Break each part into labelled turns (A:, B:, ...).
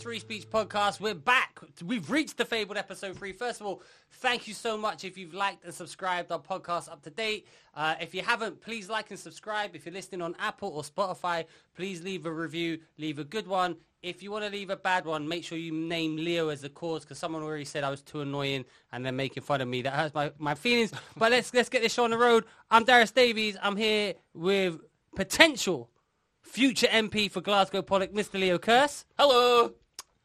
A: Free Speech Podcast. We're back. We've reached the fabled episode three. First of all, thank you so much if you've liked and subscribed our podcast up to date. Uh, if you haven't, please like and subscribe. If you're listening on Apple or Spotify, please leave a review. Leave a good one. If you want to leave a bad one, make sure you name Leo as the cause because someone already said I was too annoying and they're making fun of me. That hurts my, my feelings. but let's let's get this show on the road. I'm Darius Davies. I'm here with potential future MP for Glasgow Pollock, Mr. Leo Curse.
B: Hello.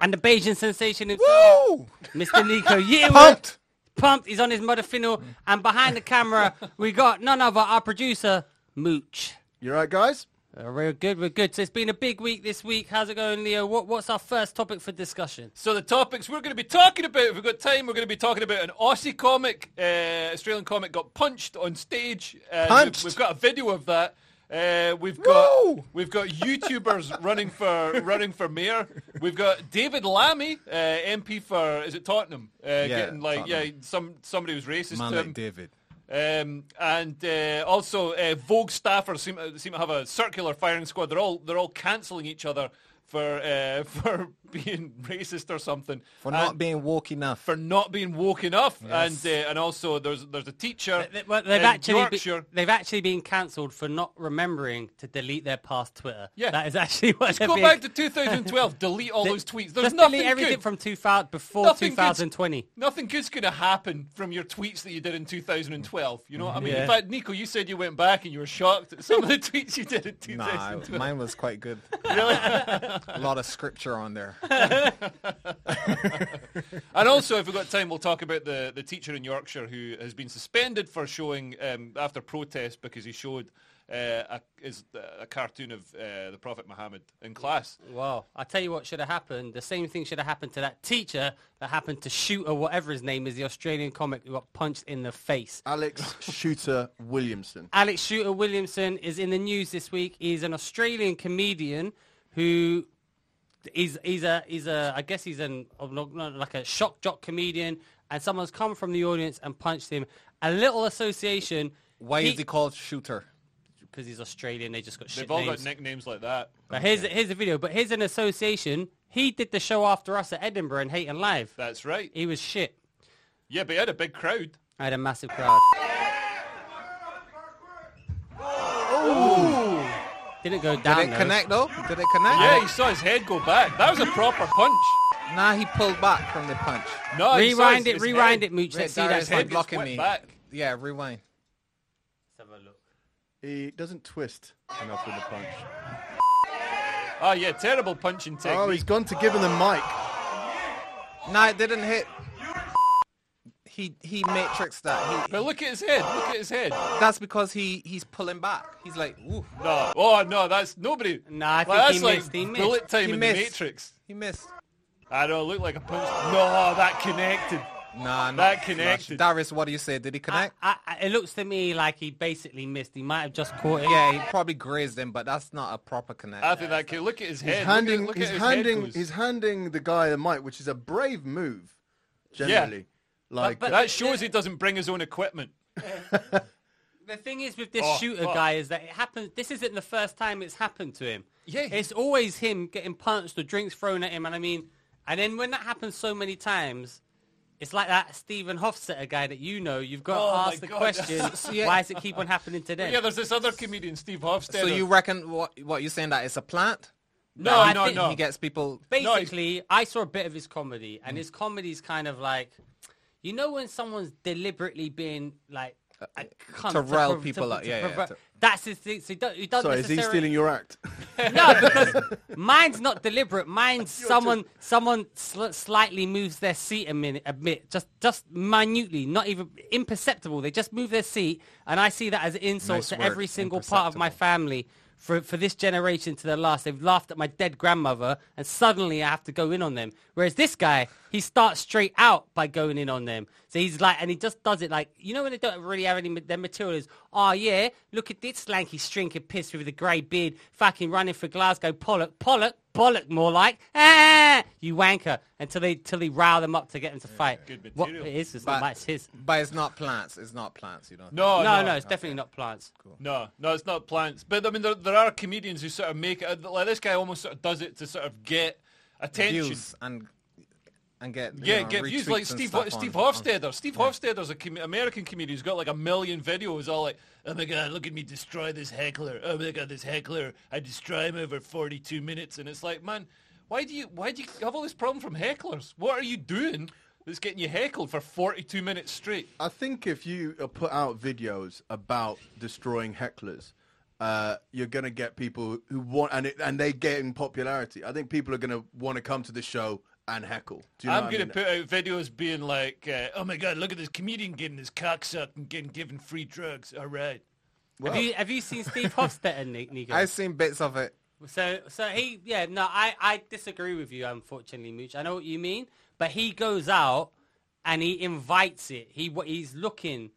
A: And the Beijing sensation himself,
C: Woo!
A: Mr. Nico Yearwood.
C: Pumped.
A: Pumped. He's on his mother funnel. And behind the camera, we got none other, our producer, Mooch.
C: You right, guys?
A: Uh, we're good, we're good. So it's been a big week this week. How's it going, Leo? What, what's our first topic for discussion?
B: So the topics we're going to be talking about, if we've got time, we're going to be talking about an Aussie comic, uh, Australian comic, got punched on stage. Uh,
C: Punched.
B: We've, we've got a video of that. Uh, we've got
C: Woo!
B: we've got YouTubers running for running for mayor. We've got David Lammy, uh, MP for is it Tottenham, uh, getting like yeah
C: Tottenham.
B: some somebody was racist
C: Man
B: to
C: like
B: him.
C: David.
B: Um, and uh, also, uh, Vogue staffers seem, uh, seem to have a circular firing squad. They're all they're all cancelling each other for uh, for being racist or something.
C: For
B: And
C: not being woke enough.
B: for not being woke enough. And uh, and also, there's there's a teacher.
A: They, well, they've,
B: in
A: actually be-
B: Yorkshire.
A: they've actually been cancelled for not remembering to delete their past Twitter.
B: Yeah.
A: That is actually what they're
B: Go
A: being...
B: back to 2012. delete all those tweets. There's
A: Just
B: nothing
A: delete everything
B: good.
A: from 2000, before
B: Nothing good's-
A: 2020.
B: Nothing good's going to happen from your tweets that you did in 2012. You know what I mean?
A: Yeah.
B: In fact, Nico, you said you went back and you were shocked at some of the tweets you did in
C: Nah,
B: 2012.
C: mine was quite good. a lot of scripture on there.
B: And also, if we've got time, we'll talk about the, the teacher in Yorkshire who has been suspended for showing, um, after protest, because he showed uh, a, is, a cartoon of uh, the Prophet Muhammad in class.
A: Wow. I tell you what should have happened. The same thing should have happened to that teacher that happened to Shooter, whatever his name is, the Australian comic who got punched in the face.
D: Alex Shooter Williamson.
A: Alex Shooter Williamson is in the news this week. He's an Australian comedian who he's he's a he's a I guess he's an like a shock jock comedian, and someone's come from the audience and punched him. A little association.
C: Why is he called Shooter?
A: Because he's Australian, they just got shit
B: They've all got
A: names.
B: nicknames like that.
A: But here's here's the video. But here's an association. He did the show after us at Edinburgh and Hate and Live.
B: That's right.
A: He was shit.
B: Yeah, but he had a big crowd.
A: I had a massive crowd. Didn't go down.
C: Did it
A: though.
C: connect though? Did it connect?
B: Yeah, he saw his head go back. That was a proper punch.
C: Nah, Ah, he pulled back from the punch.
B: No, he saw
A: Rewind
B: his-
A: it,
B: his head.
A: rewind it, Mooch.
C: Red
A: Let's see
C: Darius
A: that.
C: not
B: head
A: Let's
B: gets
C: blocking
B: whipped
C: me.
B: back.
C: Yeah, rewind.
A: have a look.
D: He doesn't twist enough with the punch.
B: Oh, yeah, terrible punching technique.
D: Oh, he's gone to give him the mic.
C: Nah, it didn't hit. He he matrixed that. He,
B: But look at his head. Look at his head.
C: that's because he he's pulling back. He's like, ooh,
B: No. Oh, no, that's nobody.
A: Nah, I
B: Like,
A: think
B: that's
A: he
B: like
A: missed, he missed.
B: bullet time
C: He
B: in
C: missed.
B: the Matrix.
C: he missed.
B: I don't look like a punch. No, that connected.
C: Nah, not
B: That connected.
C: Darius, what do you say? Did he
A: I,
C: connect?
A: I, I- it looks to me like he basically missed. He might have just caught it.
C: Yeah, he probably grazed him, but that's not a proper connect.
B: I think that kid. Look at his head.
D: He's handing,
B: look at, look
D: he's
B: at his
D: handing,
B: Head goes.
D: he's handing the guy the mic, which is a brave move, generally. Like,
A: But- but-
B: that shows he doesn't bring his own equipment.
A: The thing is with this
B: Oh,
A: shooter
B: fuck.
A: guy is that it happens. This isn't the first time it's happened to him.
B: Yeah.
A: it's always him getting punched or drinks thrown at him, and I mean, and then when that happens so many times. It's like that Stephen Hofstetter guy that you know. You've got
B: Oh,
A: to
B: my
A: ask the
B: God.
A: question:
C: yeah.
A: Why does it keep on happening to them?
B: Yeah, there's this other comedian, Steve Hofstede.
C: so you reckon what what you're saying that it's a plant?
B: no,
A: I
B: no,
A: think
B: no.
C: He gets people. Mm.
B: No, he's-
A: basically, I saw a bit of his comedy, and his comedy's kind of like, you know, when someone's deliberately being like a cunt
C: Uh, to rile
A: prov-
C: people up, yeah, yeah,
A: provo-
C: to-
A: That's his thing. So he, do, he doesn't
D: sorry, is he
A: necessarily-
D: stealing your act?
A: No, because mine's not deliberate. Mine's someone someone sl- slightly moves their seat a minute, a bit, just just minutely, not even imperceptible. They just move their seat, and I see that as an insult
C: Nice
A: to
C: word,
A: every single part of my family. For, for this generation to the last, they've laughed at my dead grandmother, and suddenly I have to go in on them. Whereas this guy, he starts straight out by going in on them. So he's like, and he just does it like, you know, when they don't really have any ma- their material is, oh yeah, look at this slanky strinker piss with a grey beard, fucking running for Glasgow, Pollock, Pollock, Pollock, more like, ah, you wanker, until they till they rile them up to get them to fight.
B: good
A: what it
B: material.
A: is, it's
C: But,
A: not like it's his.
C: but it's not plants. It's not plants. You know.
B: Oh, No,
A: no, no, it's definitely not plants.
B: No, no, it's not plants. But I mean, there, there are comedians who sort of make it. Like this guy almost sort of does it to sort of get. attention.
C: views and and get you
B: Yeah,
C: know,
B: get views
C: retweets
B: like
C: and
B: Steve
C: stuff
B: Steve
C: on- on-
B: Hofstadter. Steve Hofstadter's a com- American comedian who's got like a million videos all like, oh my god, look at me destroy this heckler. Oh my god, this heckler. I destroy him over 42 minutes. And it's like, man, why do you why do you have all this problem from hecklers? What are you doing that's getting you heckled for 42 minutes straight?
D: I think if you uh, put out videos about destroying hecklers, uh, you're gonna get people who want and it, and they get in popularity. I think people are gonna want to come to the show and heckle. Do you know
B: I'm
D: what
B: going
D: I mean?
B: to put out videos being like, uh, oh my god, look at this comedian getting his cock sucked and getting given free drugs. All right.
A: Have you have you seen Steve Hofstetter, Ni- Nico?
C: I've seen bits of it.
A: So, so he, yeah, no, I, I disagree with you, unfortunately, Mooch. I know what you mean, but he goes out and he invites it. He, wa- he's looking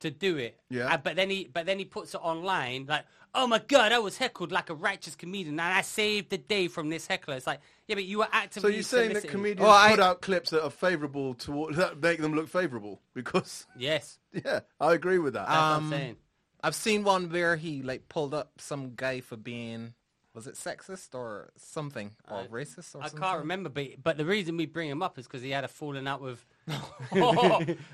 A: to do it.
D: Yeah.
A: Uh, but then he, but then he puts it online, like, oh my god, I was heckled like a righteous comedian, and I saved the day from this heckler. It's like, yeah, but you were
D: So
A: actively.
D: you're saying that
A: soliciting.
D: comedians
C: Well, I-
D: put out clips that are favourable toward that make them look favourable because
A: Yes,
D: yeah, I agree with that.
A: that's what I'm
C: Um,
A: saying.
C: I've seen one where he like pulled up some guy for being was it sexist or something or racist or
A: I
C: something.
A: can't remember, but, but the reason we bring him up is because he had a falling out with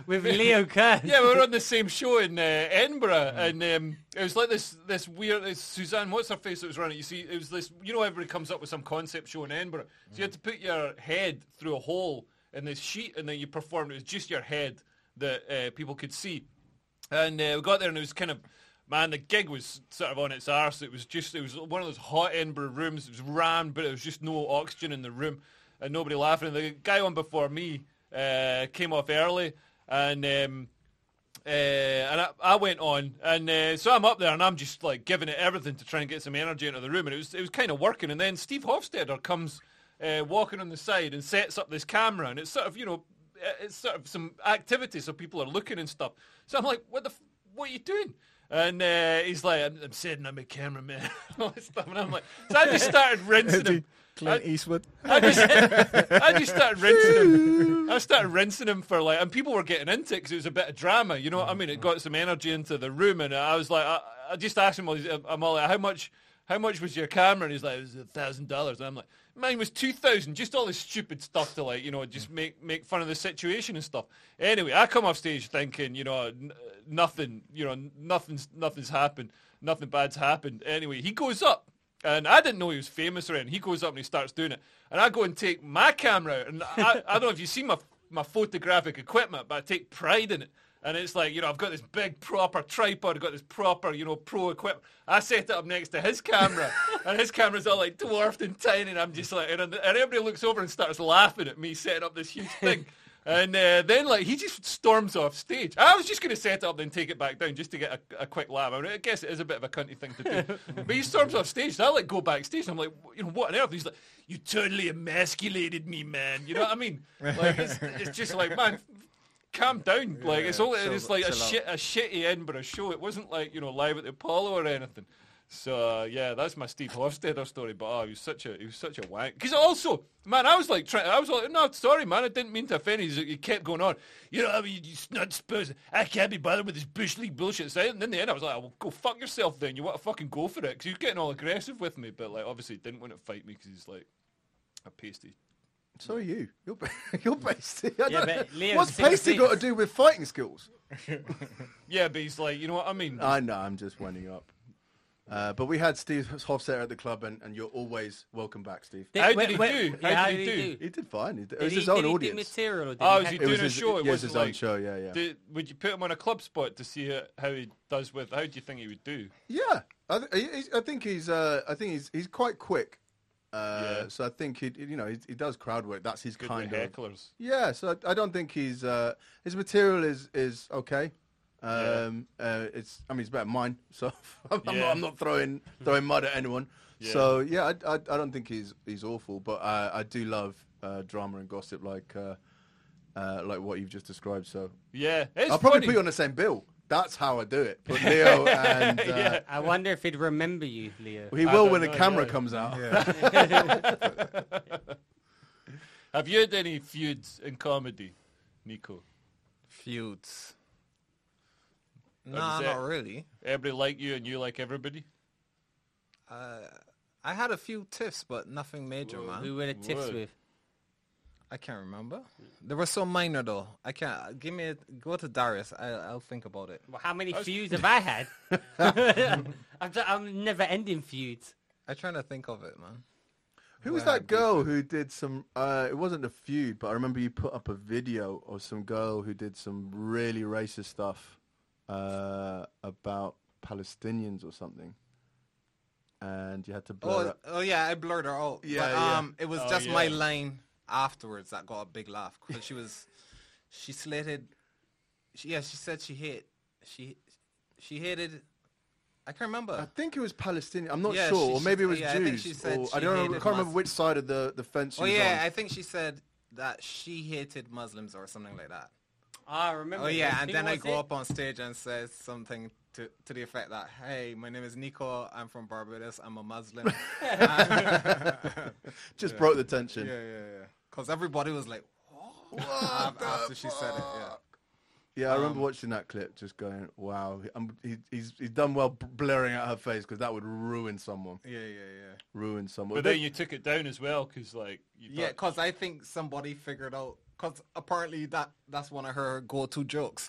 A: with Leo Kerr.
B: Oh. Yeah, we were on the same show in uh, Edinburgh, and um, it was like this this weird. It's Suzanne, what's her face that was running? it? You see, it was this. You know, everybody comes up with some concept show in Edinburgh, so you had to put your head through a hole in this sheet, and then you performed. It was just your head that uh, people could see, and uh, we got there, and it was kind of. Man, the gig was sort of on its arse. It was just, it was one of those hot Edinburgh rooms. It was rammed, but it was just no oxygen in the room and nobody laughing. And the guy on before me uh, came off early and um, uh, and I, I went on, and uh, so I'm up there, and I'm just like giving it everything to try and get some energy into the room, and it was it was kind of working. And then Steve Hofstadter comes uh, walking on the side and sets up this camera, and it's sort of you know, it- it's sort of some activity, so people are looking and stuff. So I'm like, what the, f- what are you doing? And uh, he's like, I'm, I'm saying I'm a cameraman, all this stuff, and I'm like, so I just started rinsing him. I-
C: Eastwood.
B: I just, I just started rinsing him. I started rinsing him for like, and people were getting into it because it was a bit of drama. You know what I mean? It got some energy into the room, and I was like, I, I just asked him, I'm all like, how much, how much was your camera? And he's like, it was a thousand dollars. And I'm like, mine was two thousand. Just all this stupid stuff to like, you know, just make make fun of the situation and stuff. Anyway, I come off stage thinking, you know, n- uh, nothing, you know, nothing's nothing's happened, nothing bad's happened. Anyway, he goes up. And I didn't know he was famous or anything. He goes up and he starts doing it. And I go and take my camera out. And I, I don't know if you see my, my photographic equipment, but I take pride in it. And it's like, you know, I've got this big proper tripod. I've got this proper, you know, pro equipment. I set it up next to his camera. and his camera's all like dwarfed and tiny. And I'm just like, and, and everybody looks over and starts laughing at me setting up this huge thing. And uh, then, like, he just storms off stage. I was just going to set it up then take it back down just to get a, a quick laugh. I, mean, I guess it is a bit of a cunty thing to do. but he storms off stage. So I, like, go backstage. And I'm like, you know, what on earth? And he's like, you totally emasculated me, man. You know what I mean? Like, it's, it's just like, man, calm down. Like, it's only,
C: chill-
B: it's like a,
C: chill out.
B: shit, a shitty Edinburgh show. It wasn't like, you know, live at the Apollo or anything. So uh, yeah, that's my Steve Hofstadter story. But oh, he was such a he was such a wank. Because also, man, I was like trying. I was like, no, sorry, man, I didn't mean to offend. you. He's like- he kept going on. You know, I mean, you snud Spurs. I can't be bothered with this bush league bullshit. So, and in the end, I was like, well, go fuck yourself. Then you want to fucking go for it? Because he was getting all aggressive with me. But like, obviously, he didn't want to fight me because he's like a pasty.
D: So are you. You're, ba- you're pasty. I
A: Yeah,
D: don't
A: but
D: know.
A: Leo's
D: What's
A: six
D: pasty
A: feet.
D: got to do with fighting skills?
B: Yeah, but he's like, you know what I mean?
D: I know, I'm just winding up. Uh, but we had Steve Hofstetter at the club, and, and you're always welcome back, Steve.
A: Did-
B: How did
A: wait,
B: he
A: wait,
B: do?
A: yeah,
B: How
A: how
B: did he do?
D: He did fine. He did- it
A: Did
D: was
A: he-
D: his own
A: did he do
D: audience.
A: material or did
B: Oh,
A: he
B: is he
A: heckle?
D: It
B: doing
D: was
B: a
D: his-
B: show? It
D: yeah, it was
B: wasn't
D: his own
B: like-
D: show, yeah, yeah.
B: Do- would you put him on a club spot to see h- how he does with? How do you think he would do?
D: Yeah, I, th- he- he's, I think he's. Uh, I think he's. He's quite quick. Uh,
B: Yeah.
D: So I think he. You know, he, he does crowd work. That's his
B: Good
D: kind
B: with
D: of.
B: hecklers.
D: Yeah. So I, I don't think he's. Uh, his material is is okay. Um, uh, it's. I mean, it's better than mine. So I'm,
B: Yeah.
D: not, I'm not throwing throwing mud at anyone.
B: Yeah.
D: So yeah, I, I, I don't think he's he's awful, but I, I do love uh, drama and gossip like uh, uh, like what you've just described. So
B: Yeah, it's
D: I'll probably
B: funny.
D: put you on the same bill. That's how I do it. But Leo and uh,
A: I wonder if he'd remember you, Leo.
D: He
B: I
D: will
B: don't
D: when the
B: know,
D: camera
B: yeah.
D: comes out.
B: Have you had any feuds in comedy, Nico?
C: Feuds.
B: That
C: Nah,
B: was
C: not
B: it.
C: really.
B: Everybody like you and you like everybody?
C: I had a few tiffs, but nothing major, man.
A: Who were the tiffs
B: Word.
A: with?
C: I can't remember. They were so minor though. I can't. Give me. A, go to Darius. I, I'll think about it.
A: Well, how many feuds have I had? I'm, ju- I'm never ending feuds.
C: I'm trying to think of it, man.
D: Who was
C: Well,
D: that girl who did some? Uh, it wasn't a feud, but I remember you put up a video of some girl who did some really racist stuff uh, about Palestinians or something, and you had to blur.
C: Oh,
D: up.
C: oh yeah, I blurred her out.
D: Yeah,
C: but,
D: yeah.
C: um, it was
B: Oh,
C: just my
B: yeah.
C: line afterwards that got a big laugh because she was, she slated, she, yeah, she said she hate, she, she hated. I can't remember.
D: I think it was Palestinian. I'm not
C: Yeah,
D: sure,
C: she-
D: or maybe it
C: she-
D: was
C: yeah, I
D: Jews.
C: think she said
D: or- I
C: she
D: don't know. I
C: hated
D: can't remember
C: Mus-
D: which side of the the fence. she
C: oh
D: was
C: yeah,
D: on.
C: I think she said that she hated Muslims or something like that.
A: Ah, I remember.
C: Oh yeah, and
A: Who
C: then I
A: was
C: go
A: it?
C: up on stage and say something to, to the effect that, "Hey, my name is Nico. I'm from Barbados. I'm a Muslim."
D: just broke the tension.
C: Yeah, yeah, yeah. Because everybody was like, "What?" af- after she said it, yeah.
D: Yeah,
C: um,
D: I remember watching that clip, just going, "Wow, he, um, he, he's he's done well b- blurring out her face because that would ruin someone,
C: Yeah, yeah,
D: ruin someone."
B: But then you took it down as well because like you
C: yeah. Yeah,
B: thought-
C: because I think somebody figured out. Because apparently that that's one of her go-to jokes.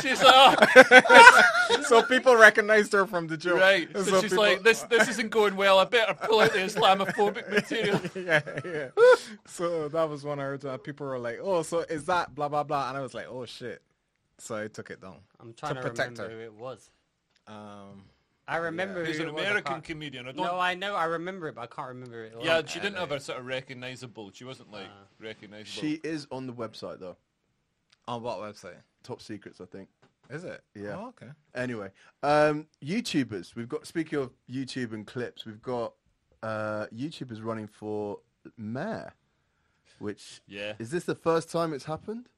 B: she's like, oh,
C: so people recognized her from the joke.
B: right. So,
C: So
B: she's
C: people-
B: like, this this isn't going well. I better pull out the Islamophobic material.
C: yeah, yeah. so that was one of her. jokes. People were like, "Oh, so is that blah blah blah?" And I was like, "Oh shit." So I took it down.
A: I'm trying to,
C: protect
A: remember
C: her.
A: who it was.
C: Um,
A: I remember. who
B: There's an
A: it was, I
B: American
A: can't-
B: comedian. I don't.
A: No, I know. I remember it, but I can't remember it.
B: yeah, she didn't have a sort of recognizable. She wasn't like recognizable.
D: she is on the website though,
C: on what website?
D: top secrets, I think.
C: Is it?
D: Yeah.
C: Oh, okay.
D: Anyway, um, YouTubers. We've got speaking of YouTube and clips, we've got uh, YouTubers running for mayor. Which
B: Yeah.
D: is this the first time it's happened?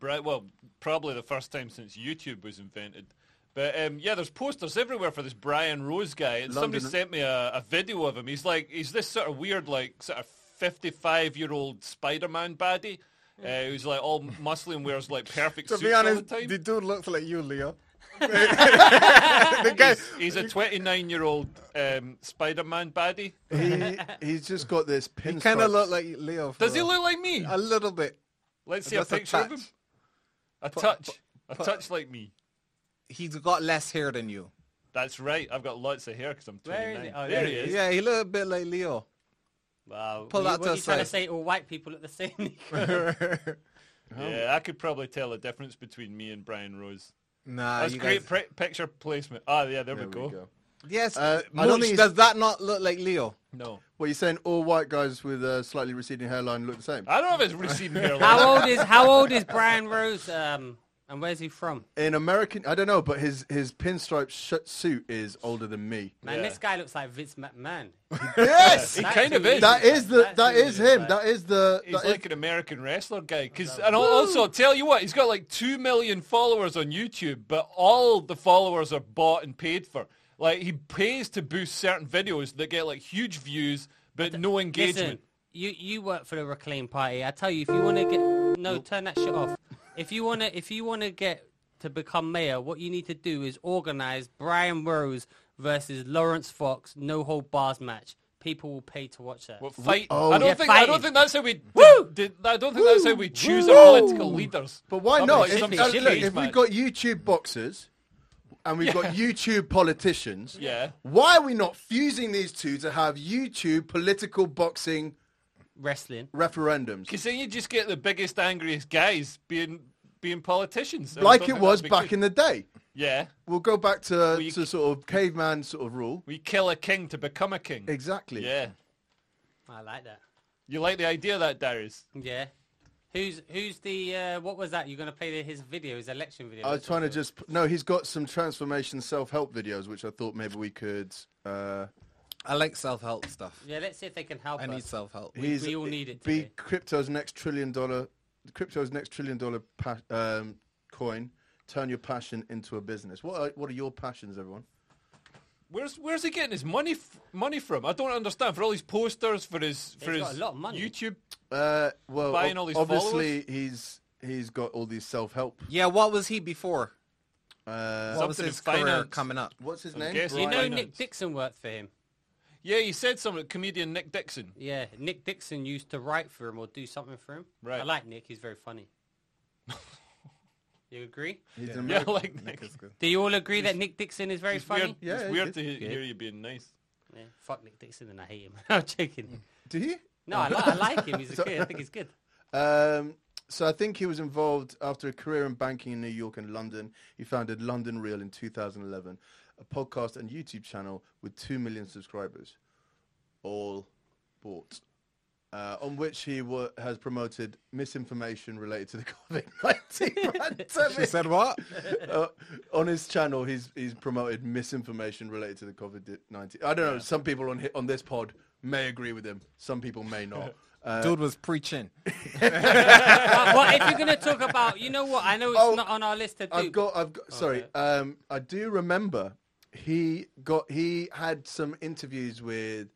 B: Bri- well, probably the first time since YouTube was invented. But um, yeah, there's posters everywhere for this Brian Rose guy. And somebody
C: eh?
D: London-
B: sent me a, a video of him. He's like, he's this sort of weird, like sort of 55 year old Spider-Man baddie. Uh, who's like all muscly and wears like perfect
C: To
B: suits
C: be honest,
B: all the time.
C: the dude looks like you, Leo. the guy.
B: He's a 29 year old um, Spider-Man baddie.
D: He, he's just got this
C: He
D: pin.
C: kind of looked like Leo. for
B: Does he
C: real.
B: look like me?
C: a little bit?
B: Let's see a
C: just a
B: picture of him.
C: touch.
B: A touch. A touch like me.
C: He's got less hair than you.
B: That's right. I've got lots of hair because I'm
A: Where is
B: 29.
A: it? Oh,
B: there he is.
C: Yeah, he looked a bit like Leo.
B: Uh,
A: Wow.
C: Pull
A: Were you-
C: that
A: were
C: to
A: Oh, you
C: the
A: trying to
C: side.
A: say all white people at the same?
B: Yeah, I could probably tell the difference between me and Brian Rose.
C: Nah,
B: That's
C: you
B: great
C: guys-
B: pri- picture placement. Ah, yeah, there,
D: There
B: we, go.
C: Yes,
D: Uh, I
C: Mooch,
D: don't think he's-
C: does that not look like Leo?
B: No,
D: Well, you're saying all white guys with a slightly receding hairline look the same?
B: I don't have his receding hairline.
A: how old is How old is Brian Rose? Um, and where's he from?
D: In American, I don't know, but his his pinstripe sh- suit is older than me.
A: Man,
B: Yeah.
A: this guy looks like Vince McMahon.
D: Yes,
B: He
A: That
B: kind of
A: dude
B: is.
D: that is the
A: That's
D: that
A: who
D: is
A: it is,
D: him.
A: right?
D: That is the.
B: He's
D: that is-
B: like an American wrestler guy. Cause, and I'll also tell you what, he's got like two million followers on YouTube, but all the followers are bought and paid for. Like he pays to boost certain videos that get like huge views but no engagement.
A: Listen, you you work for the Reclaim Party. I tell you, if you want to get no, turn that shit off. If you want to, if you want to get to become mayor, what you need to do is organize Brian Rose versus Lawrence Fox no hold bars match. People will pay to watch that.
B: What fight?
D: Oh,
B: I don't
A: yeah,
B: think. I
A: fighting.
B: don't think that's how we. Did,
A: Woo!
B: did, I don't think that's how we choose our
D: Woo!
B: political leaders.
D: but why
B: I'm
D: not?
B: like
D: If,
B: some
A: something
D: uh,
B: shit
D: look,
B: league,
D: if
B: man.
D: we've got YouTube boxers and we've got YouTube politicians,
B: Yeah.
D: why are we not fusing these two to have YouTube political boxing
A: Wrestling.
D: referendums,
B: Because then you just get the biggest, angriest guys being being politicians.
D: like it was back in the day?
B: Yeah,
D: We'll go back to,
B: you-
D: to sort of caveman sort of rule.
B: we kill a king to become a king.
D: Exactly.
B: Yeah,
A: I like that.
B: you like the idea of that, Darius?
A: Yeah. Who's who's the uh, what was that? You're gonna play his video, his election video.
D: I was trying to just no. He's got some transformation self-help videos, which I thought maybe we could. Uh,
C: I like self-help stuff.
A: Yeah, let's see if they can help
C: I
A: us.
C: need self-help.
A: We- we all need it
D: Be
A: today.
D: crypto's next trillion dollar, crypto's next trillion dollar pa- um, coin. Turn your passion into a business. What are, what are your passions, everyone?
B: Where's Where's he getting his money f- money from? I don't understand. For all his posters, for his for
A: He's
B: his
A: got a lot of money.
B: YouTube.
D: Uh, well,
B: Buying
D: ob-
B: all these
D: obviously he's he's got all these self-help.
C: Yeah, what was he before?
D: Uh,
C: What was
B: Something
C: his
B: in finance.
C: career coming up?
D: what's his
B: I'm
D: name?
B: guessing-
A: You
B: Right.
A: know
B: Finance.
A: Nick Dixon worked for him.
B: Yeah, he said something. Comedian Nick Dixon.
A: Yeah, Nick Dixon used to write for him or do something for him.
B: Right.
A: I like Nick. He's very funny. you agree?
D: He's an
B: Yeah,
D: American.
B: like Nick.
C: That's good.
A: Do you all agree that Nick Dixon is very
B: It's
A: funny?
B: weird,
D: Yeah,
B: it's
D: it
B: weird
D: is.
B: to he-
A: Yeah.
B: hear you being nice.
A: Yeah, fuck Nick Dixon and I hate him. I'm joking.
D: Did he?
A: No, I, li- I like him. He's a good. I think he's good.
D: Um, so I think he was involved after a career in banking in New York and London. He founded London Real in 2011, a podcast and YouTube channel with 2 million subscribers, all bought, uh, on which he wa has promoted misinformation related to the COVID-19
C: She
D: pandemic.
C: said what?
D: Uh, on his channel, he's he's promoted misinformation related to the COVID nineteen. I don't know. Some people on hi- on this pod may agree with him. Some people may not. Uh,
C: Dude was preaching.
A: But, but if you're gonna talk about, you know what? I know it's
D: Oh,
A: not on our list to do.
D: I've got. I've got. Sorry. Um, I do remember he got. He had some interviews with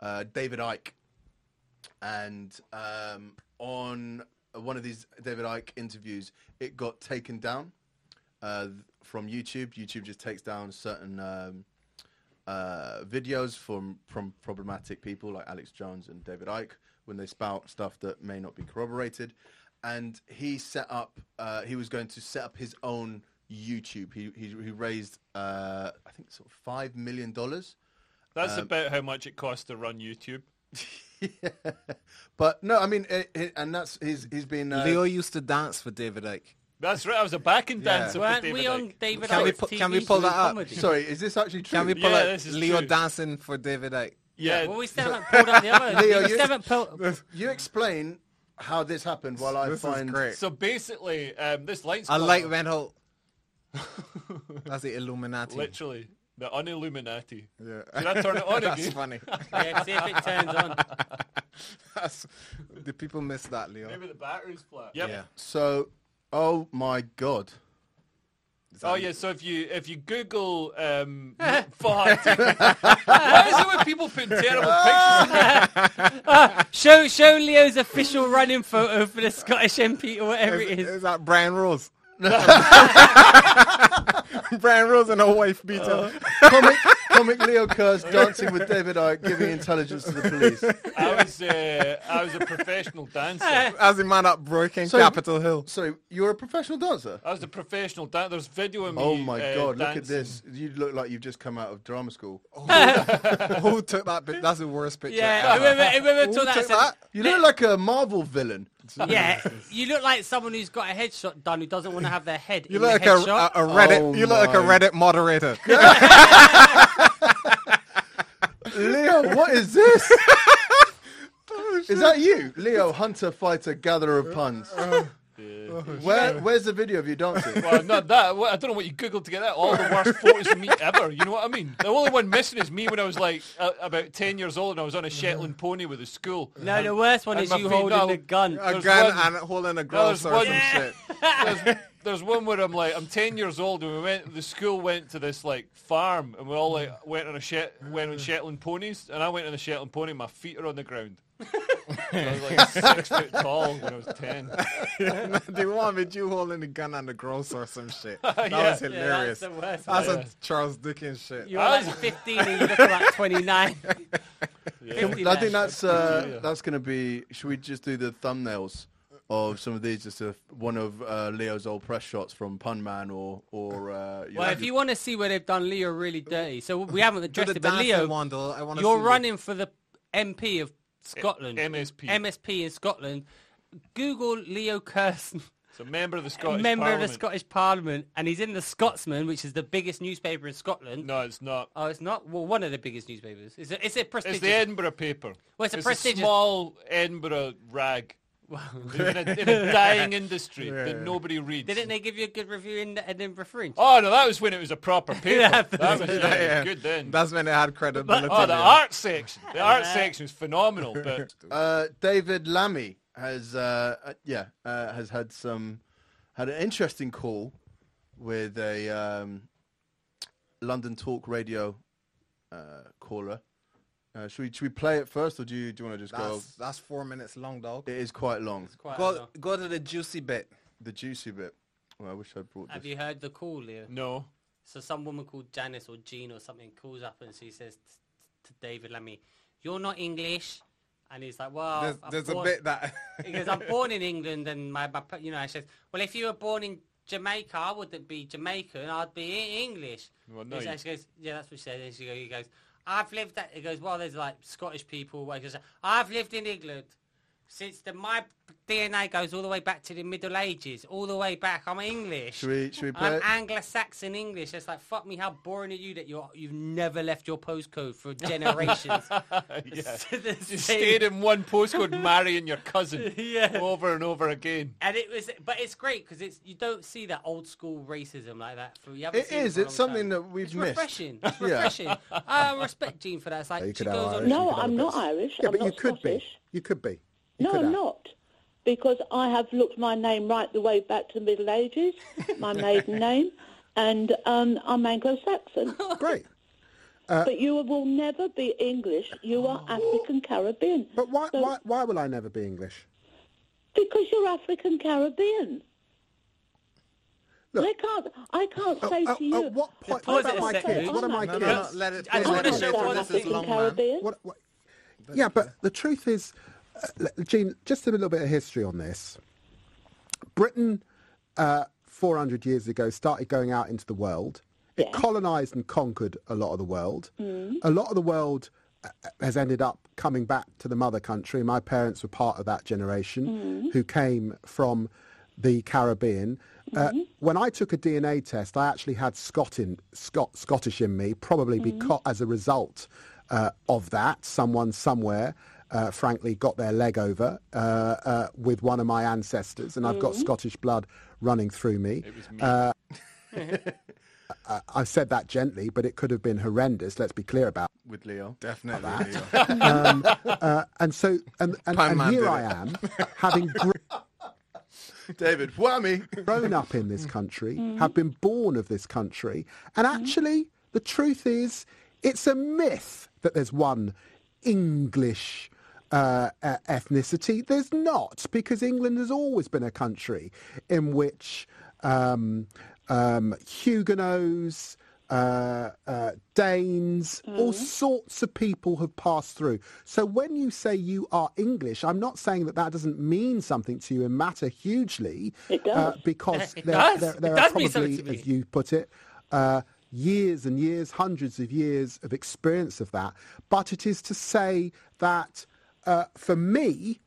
D: uh, David Icke, and um, on one of these David Icke interviews, it got taken down uh, th- from YouTube. YouTube just takes down certain um, uh, videos from from problematic people like Alex Jones and David Icke when they spout stuff that may not be corroborated. And he set up. Uh, he was going to set up his own YouTube. He he, he raised uh, I think sort of five million dollars. Um,
B: That's
C: Um,
B: about how much it costs to run YouTube.
D: But no, I mean, it, it- and that's he's he's been uh,
C: Leo used to dance with David Icke.
B: That's right. I was a backing
C: Yeah.
B: dancer
A: Weren't
B: for David
A: we on
B: Icke.
A: David
C: Can we
A: Icke's
C: pu-
A: TV
C: can we pull that up?
A: comedy?
D: Sorry, is this actually true?
C: Can we pull
B: Yeah,
C: out
B: this is
C: Leo
B: true.
C: dancing for David Icke?
B: Yeah.
A: Well, we still haven't pulled up the other.
D: Leo,
A: we
D: you-
A: still haven't pulled.
D: you explain how this happened while I
C: This
D: find
C: is great.
B: So basically, um, this lights.
C: I
B: club-
C: like Van Holt. That's the Illuminati.
B: Literally, the unilluminati.
C: Yeah.
B: Should I turn it on
C: That's
B: again?
C: funny.
A: Yeah, see if it turns on.
C: That's, the people miss that, Leo.
B: Maybe the battery's flat. Yep.
C: Yeah.
D: So, oh my god,
B: Oh yeah. So if you if you Google um, fart, why is it when people put terrible pictures?
A: Ah, Show show Leo's official running photo for the Scottish MP or whatever it
C: Is,
A: is.
C: is that Brian Rose? Brian Rose and her wife beat her.
D: comic, comic Leo Kurz dancing with David Icke, giving intelligence to the police.
B: I was uh, I was a professional dancer. I
C: As the man up broken
D: So-
C: Capitol Hill.
D: So you're a professional dancer.
B: was a professional dancer. There's video of me.
D: Oh my
B: uh,
D: god, look at
B: dancing.
D: this! You look like you've just come out of drama school.
C: Oh, Who took that? Bit? That's the worst picture.
A: Yeah,
C: ever.
A: whoever whoever
C: Who
A: took that.
C: took
A: said-
C: that?
D: You look like a Marvel villain.
A: Yeah, you look like someone who's got a headshot done who doesn't want to have their head.
C: You
A: in
C: look like
A: the
C: a,
A: headshot.
C: a, a Reddit.
D: Oh
C: you look like a
D: my.
C: Reddit moderator.
D: Leo, what is this? Is that you, Leo, hunter, fighter, gatherer of puns? Where, where's the video of you dancing?
B: Well, not that. Well, I don't know what you googled to get that. All the worst photos of me ever. You know what I mean? The only one missing is me when I was like uh, about ten years old and I was on a Shetland pony with a school.
A: No, the worst one
B: And
A: is
B: my
A: you
B: feet-
A: holding
B: no.
A: the gun.
C: a
B: There's
C: gun
B: one-
C: and holding a
B: No, there's
C: gross or
B: one-
C: some
B: Yeah.
C: shit.
B: there's, there's one where I'm like, I'm 10 years old, and we went. The school went to this like farm, and we all like went on a Shet, went on Shetland ponies, and I went on a Shetland pony. and My feet are on the ground. I was like six foot tall when I was 10.
C: they wanted you holding a gun and a gross or some shit. That
B: Yeah.
C: was
B: Yeah,
A: Yeah, that's
C: hilarious.
A: the worst.
C: That's
A: one.
C: some Charles Dickens shit.
A: You're like 15 and you look like 29.
D: I think that's uh, that's going to be. Should we just do the thumbnails of some of these? Just a, one of uh, Leo's old press shots from Pun Man, or or uh, you
A: Well,
D: know,
A: if you want to see where they've done Leo really dirty, so we haven't
C: Do
A: addressed
C: the
A: it, but Leo,
C: dancing one, though. I want to
A: you're running for the MP of Scotland.
B: MSP.
A: MSP in Scotland. Google Leo Kirsten,
B: It's a member of the Scottish
A: member of
B: Parliament.
A: the Scottish Parliament, and he's in the Scotsman, which is the biggest newspaper in Scotland.
B: No, it's not.
A: Oh, it's not? Well, one of the biggest newspapers. It's a, it's a
B: It's
A: prestigious...
B: the Edinburgh paper.
A: Well, it's a prestigious-
B: small Edinburgh rag. in, a, in a dying industry that nobody reads.
A: Didn't they give you a good review in the Edinburgh Fringe?
B: Oh no, that was when it was a proper paper.
A: Yeah,
B: that was, that was
C: Yeah.
B: good then.
C: That's when it had credibility.
B: Oh, the
C: yeah.
B: art section. The art section is phenomenal, but
D: uh, David Lammy has uh, uh, yeah uh, has had some had an interesting call with a um, London Talk Radio uh, caller. Uh, should we should we play it first, or do you do you want to just go?
C: That's, that's four minutes long, dog.
D: It is quite long,
A: Quite a
C: Go,
A: lot.
C: go to the juicy bit.
D: the juicy bit. Well, I wish I'd brought
A: Have
D: this.
A: you heard the call, Leo?
B: No.
A: So some woman called Janice or Jean or something calls up and she says t- to David Lemmy, "You're not English," and he's like, "Well,
C: There's,
A: I'm
C: there's a
A: born-
C: bit that
A: He goes, "I'm born in England," and my, my pa- you know, I says, "Well, if you were born in Jamaica, I wouldn't be Jamaican. I'd be E- English."
B: Well, no,
A: He
B: you-
A: says- she goes, "Yeah, that's what she said." And she goes, "He goes, I've lived that." He goes, "Well, there's like Scottish people." He goes, "I've lived in England." Since the, my DNA goes all the way back to the Middle Ages, all the way back, I'm English.
D: Should we, should we play
A: I'm
D: it?
A: Anglo-Saxon English. It's like fuck me. How boring are you that you're you've never left your postcode for generations?
B: yeah.
A: This
B: You
A: is-
B: stayed in one postcode marrying your cousin
A: Yeah.
B: over and over again.
A: And it was, but it's great because it's you don't see that old school racism like that. For, you haven't
D: It
A: seen it
D: is.
A: for a
D: It's
A: long
D: something
A: time.
D: that we've
A: It's
D: missed.
A: refreshing. It's
D: Yeah.
A: refreshing. I respect Jean for that. It's like
E: You
A: she
E: could
A: goes
E: have
A: on.
E: Irish, you
F: No,
E: could have
F: I'm
E: a
F: not
E: bit-
F: Irish.
E: Yeah,
F: I'm
E: but
F: not
E: you could
F: Scottish.
E: be. You could be. You
F: No,
E: could
F: I'm
E: have.
F: not. Because I have looked my name right the way back to the Middle Ages, my maiden name, and um, I'm Anglo-Saxon.
E: Great. Uh,
F: but you will never be English. You are African Caribbean.
E: But why,
F: So-
E: why, why will I never be English?
F: Because you're African Caribbean.
E: Look-
F: they can't. I can't say
E: at,
F: to you.
E: at what point?
A: pause
E: What about
A: it a
E: my
A: second.
E: kids? What are my
F: No,
C: no,
E: kids?
C: no, no, let it.
A: I just
C: play,
A: wanna
C: let it
A: show
C: play,
A: one
C: this is
A: thing.
C: long man.
E: What, what, yeah, but the truth is, uh, l- Gene, just a little bit of history on this. Britain, uh, 400 years ago, started going out into the world. It
F: Yeah.
E: colonized and conquered a lot of the world.
F: hmm? Mm-hmm.
E: A lot of the world uh, has ended up coming back to the mother country. My parents were part of that generation who came from the Caribbean. Uh, when I took a DNA test, I actually had Scot in, Scot, Scottish in me, probably because, as a result uh, of that, someone somewhere, uh, frankly, got their leg over uh, uh, with one of my ancestors, and I've got Scottish blood running through me. Uh,
B: It was me.
E: I said that gently, but it could have been horrendous. Let's be clear about.
D: With Leo.
C: Definitely. Leo.
E: Um, uh, and so, and, and,
C: Pine
E: and
C: Man
E: here
C: did
E: I
C: it.
E: am, having. Gr-
D: David, whammy.
E: grown up in this country, have been born of this country. And actually, the truth is, it's a myth that there's one English uh, uh, ethnicity. There's not, because England has always been a country in which um, um, Huguenots, uh, uh, Danes, all sorts of people have passed through. So when you say you are English, I'm not saying that that doesn't mean something to you and matter hugely.
F: It does.
E: Uh, because
A: It
E: there,
A: does.
E: there,
A: It
E: there
A: does
E: are
A: mean something
E: probably,
A: to me.
E: as you put it, uh, years and years, hundreds of years of experience of that. But it is to say that uh, for me,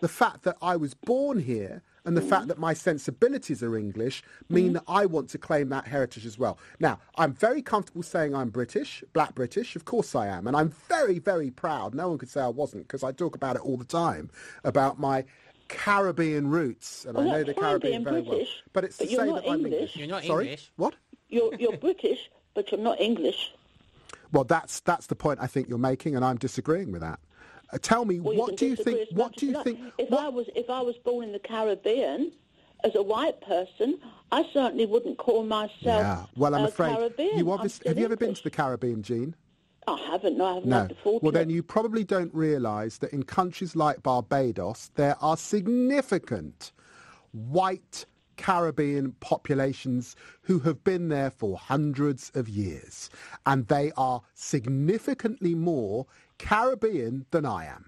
E: the fact that I was born here and the
F: Mm-hmm.
E: fact that my sensibilities are English mean that I want to claim that heritage as well. Now, I'm very comfortable saying I'm British, black British, of course I am, and I'm very, very proud. No one could say I wasn't because I talk about it all the time about my Caribbean roots, and
F: Well,
E: I know
F: that's
E: the
F: fine
E: Caribbean
F: being
E: very well.
F: British,
E: But it's
F: but
E: to
F: you're
E: say
F: not
E: that I'm
F: English.
E: English.
A: You're not
E: Sorry?
A: English.
E: What?
F: You're, you're British, but you're not English.
E: Well, that's that's the point I think you're making, and I'm disagreeing with that. Uh, tell me,
F: Well,
E: what
F: can
E: do you
F: disagree
E: think?
F: as
E: What
F: much
E: do
F: as
E: you
F: like.
E: think?
F: If
E: what-
F: I was if I was born in the Caribbean, as a white person, I certainly wouldn't call myself.
E: yeah. Well, I'm
F: uh,
E: afraid
F: Caribbean.
E: you
F: I'm
E: obviously
F: still
E: have you ever been
F: English.
E: to the Caribbean, Gene?
F: I haven't. No, I haven't
E: No.
F: had the fortune.
E: Well, then you probably don't realise that in countries like Barbados, there are significant white Caribbean populations who have been there for hundreds of years, and they are significantly more Caribbean than I am.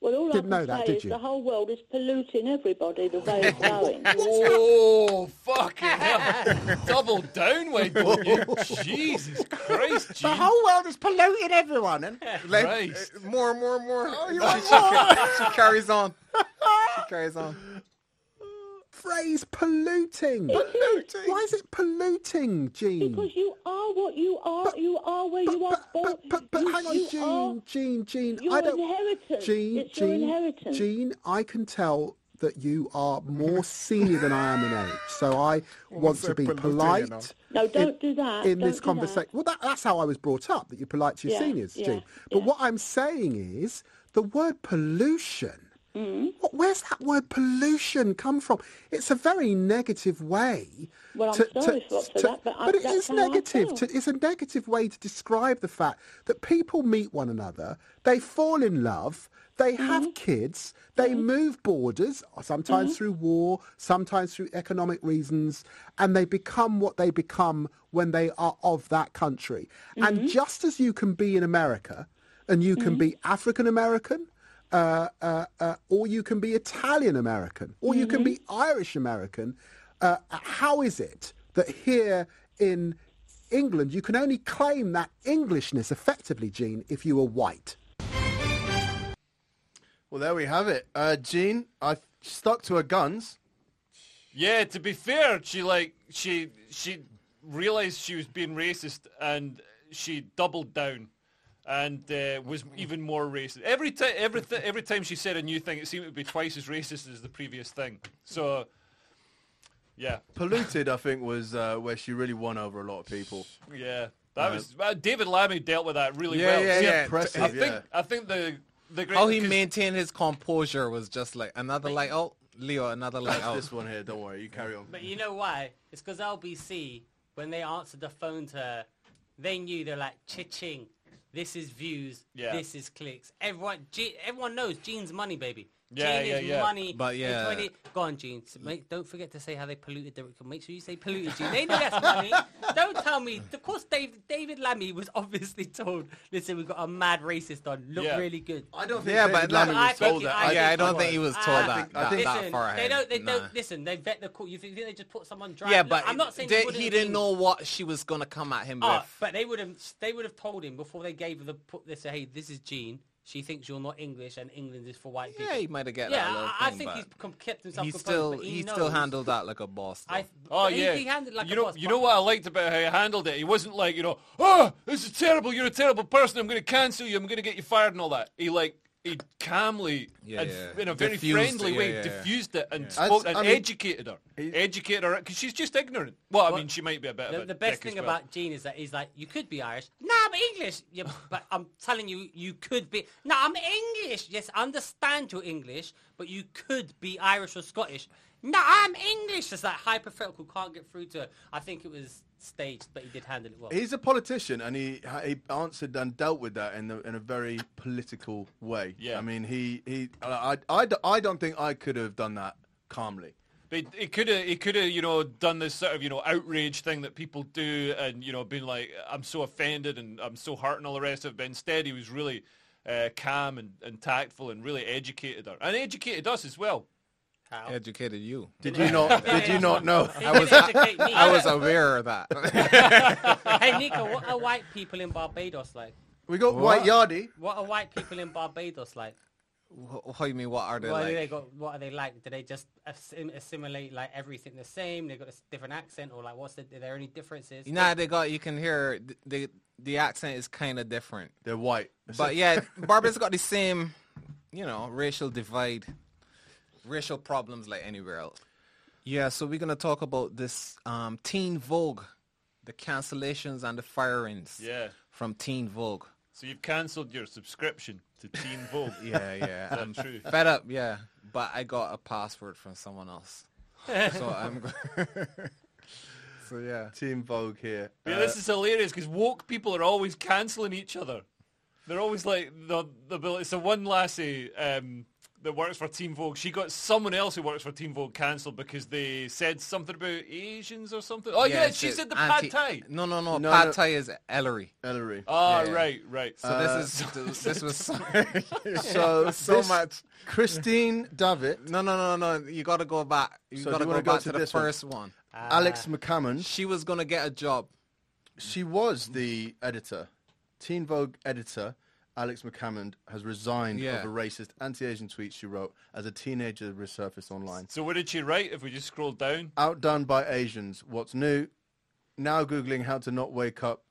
F: Well, all
E: Didn't
F: I
E: know
F: can
E: that,
F: say
E: did
F: is
E: you?
F: the whole world is polluting everybody the way it's going.
B: Oh, fucking hell. Double down, why don't you? Jesus Christ, Gene.
E: world is polluting everyone. And
C: Like,
B: Christ.
C: uh, more, more, more. she, she ca- she carries on. She carries on.
E: phrase polluting. Polluting. Why is it polluting, Gene?
F: Because you are what you are. you are where you are
E: but,
F: born.
E: but, but, but
F: you,
E: hang on,
F: you
E: Gene,
F: are-
E: Gene, Gene.
F: your
E: I don't.
F: inheritance.
E: Gene,
F: It's your
E: Gene,
F: inheritance.
E: Gene. I can tell that you are more senior than I am in age, so I want to be
C: polluting, you
E: polite.
C: know.
F: No, don't
E: in,
F: do that.
E: in
F: Don't
E: this
F: do
E: conversation. Well, that, that's how I was brought up. That you're polite to your
F: Yeah,
E: seniors,
F: yeah,
E: Gene. But
F: yeah.
E: what I'm saying is the word pollution.
F: Mm.
E: What, where's that word pollution come from? It's a very negative way.
F: Well, I'm
E: to,
F: sorry
E: to,
F: for- for
E: to-
F: that, but I-
E: it
F: that's
E: is
F: how I
E: negative.
F: feel.
E: To, it's a negative way to describe the fact that people meet one another, they fall in love, They have kids. They move borders, sometimes through war, sometimes through economic reasons, and they become what they become when they are of that country. And just as you can be in America and you can be African American, uh, uh, uh, or you can be Italian American, or you can be Irish American. Uh, how is it that here in England you can only claim that Englishness effectively, Gene, if you are white?
D: Well, there we have it. Uh, Jean, I stuck to her guns.
B: Yeah, to be fair, she like she she realized she was being racist and she doubled down and uh, was even more racist. Every time every th- every time she said a new thing, it seemed to be twice as racist as the previous thing. So yeah,
D: Polluted, I think, was uh, where she really won over a lot of people.
B: yeah. That was uh, David Lammy dealt with that really
C: Yeah,
B: well.
C: yeah,
B: See,
C: yeah.
B: I-
D: Impressive,
B: I think
D: yeah.
B: I think the the great
C: How he
B: 'cause-
C: maintained his composure was just like another light out, Leo, another light oh.
D: That's
C: out.
D: this one here. Don't worry, you carry on.
A: But you know why? It's because LBC, when they answered the phone to her, they knew they're like, cha-ching. This is views.
B: Yeah.
A: This is clicks. Everyone, Ge- everyone knows Gene's money, baby.
B: Yeah,
A: Gene
B: yeah,
A: is
B: yeah.
A: money.
C: But
A: in
C: yeah.
A: 20 Go on, Gene. S- Make, don't forget to say how they polluted the record. Make sure you say polluted, Gene. They know that's money. don't tell me. Of course, David, David Lammy was obviously told, listen, we've got a mad racist on. Look
B: Yeah.
A: really good.
D: I don't think
C: Yeah,
D: David
C: but
D: Lammy
A: I
D: was
A: think
D: told
A: he-
D: that.
A: I
C: yeah,
A: think
C: I don't
A: he
C: think he was
A: was.
C: told
A: I
C: that,
D: think- I
C: that,
D: think-
C: that
A: Listen,
C: far ahead.
A: they don't. They
C: Nah.
A: don't listen. They vet the call. You think they just put someone dry?
C: Yeah,
A: Look,
C: but
A: I'm not saying
C: they-
A: they wouldn't
C: he
A: have
C: didn't
A: been-
C: know what she was gonna come at him
A: Oh,
C: with.
A: but they would have. They would have told him before they gave her the put. They say, "Hey, this is Jean. She thinks you're not English, and England is for white
C: Yeah, he
A: people."
C: might have get that.
A: Yeah,
C: little
A: I, I
C: thing,
A: think
C: but
A: he's com- kept himself.
C: he
A: composed,
C: still
A: but he,
C: he, still
A: knows-
C: handled that like a boss. though.
A: I,
B: Oh
A: but he-
B: yeah,
A: he handled like
B: you
A: a
B: know,
A: boss,
B: you
A: but-
B: know what I liked about how he handled it. He wasn't like you know, oh, this is terrible. You're a terrible person. I'm going to cancel you. I'm going to get you fired and all that. He like he calmly
C: Yeah,
B: and
C: yeah.
B: in a very
C: Diffused
B: friendly
C: it, yeah,
B: way
C: yeah, yeah.
B: diffused it and spoke
D: I
B: and
D: mean-
B: educated her, educated her because she's just ignorant. Well, I
A: Well,
B: mean, she might be a bit.
A: The,
B: of a
A: the best
B: dick as
A: thing
B: well.
A: about Gene is that he's like, you could be Irish. No, I'm English. Yeah, but I'm telling you, you could be. No, I'm English. Yes, I understand you're English, but you could be Irish or Scottish. No, I'm English. It's like hypothetical. Can't get through to. I think it was staged, but he did handle it well.
D: He's a politician, and he he answered and dealt with that in, the, in a very political way.
B: Yeah.
D: I mean, he he, I, I, I d- I don't think I could have done that calmly.
B: They, it could have, it could have, you know, done this sort of, you know, outrage thing that people do, and you know, been like, I'm so offended and I'm so hurt and all the rest of it. But instead, he was really uh, calm and, and tactful and really educated her, and educated us as well.
C: educated you.
D: Did you not? did you not know?
A: He did educate me.
C: I was aware of that.
A: hey Nico, what are white people in Barbados like?
D: We got White Yardie.
A: What are white people in Barbados like?
C: Wh- what do you mean? What are they
A: What,
C: like?
A: are they got, what are they like? Do they just assim- assimilate like everything the same? They got a s- different accent, or like what's the? Are there any differences?
C: You know, they got you can hear th- the the accent is kind of different,
D: They're white.
C: but yeah, Barbados got the same, you know, racial divide, racial problems like anywhere else. Yeah, so we're gonna talk about this um, Teen Vogue, the cancellations and the firings.
B: Yeah.
C: from Teen Vogue.
B: So you've cancelled your subscription to Teen Vogue.
C: Yeah, yeah, I'm
B: That's true.
C: fed up. Yeah, but I got a password from someone else, so I'm. go- so yeah.
D: Team Vogue here.
B: Yeah,
D: Uh,
B: this is hilarious because woke people are always cancelling each other. They're always like the the ability. So one lassie um, that works for Team Vogue, she got someone else who works for Team Vogue cancelled because they said something about Asians or something. Oh yeah,
C: it's
B: she
C: a
B: said the
C: anti-
B: pad thai.
C: No, no, no.
D: No,
C: pad
D: no.
C: thai is Ellery.
D: Ellery.
B: Oh
C: yeah.
B: right, right.
C: So this is this was so,
D: so
C: so
D: this-
C: much.
D: Christine Davitt,
C: No, no, no, no. You got to go back. You
D: So
C: got
D: do you
C: to go
D: wanna
C: back
D: go
C: to,
D: to
C: the
D: this one? Ah.
C: first one.
D: Alex McCammon.
C: She was gonna get a job.
D: She was the editor. Teen Vogue editor Alex McCammond has resigned
C: Yeah.
D: over racist anti-Asian tweets she wrote as a teenager resurfaced online.
B: So what did she write? If we just scroll down,
D: Outdone by Asians. What's new? Now googling how to not wake up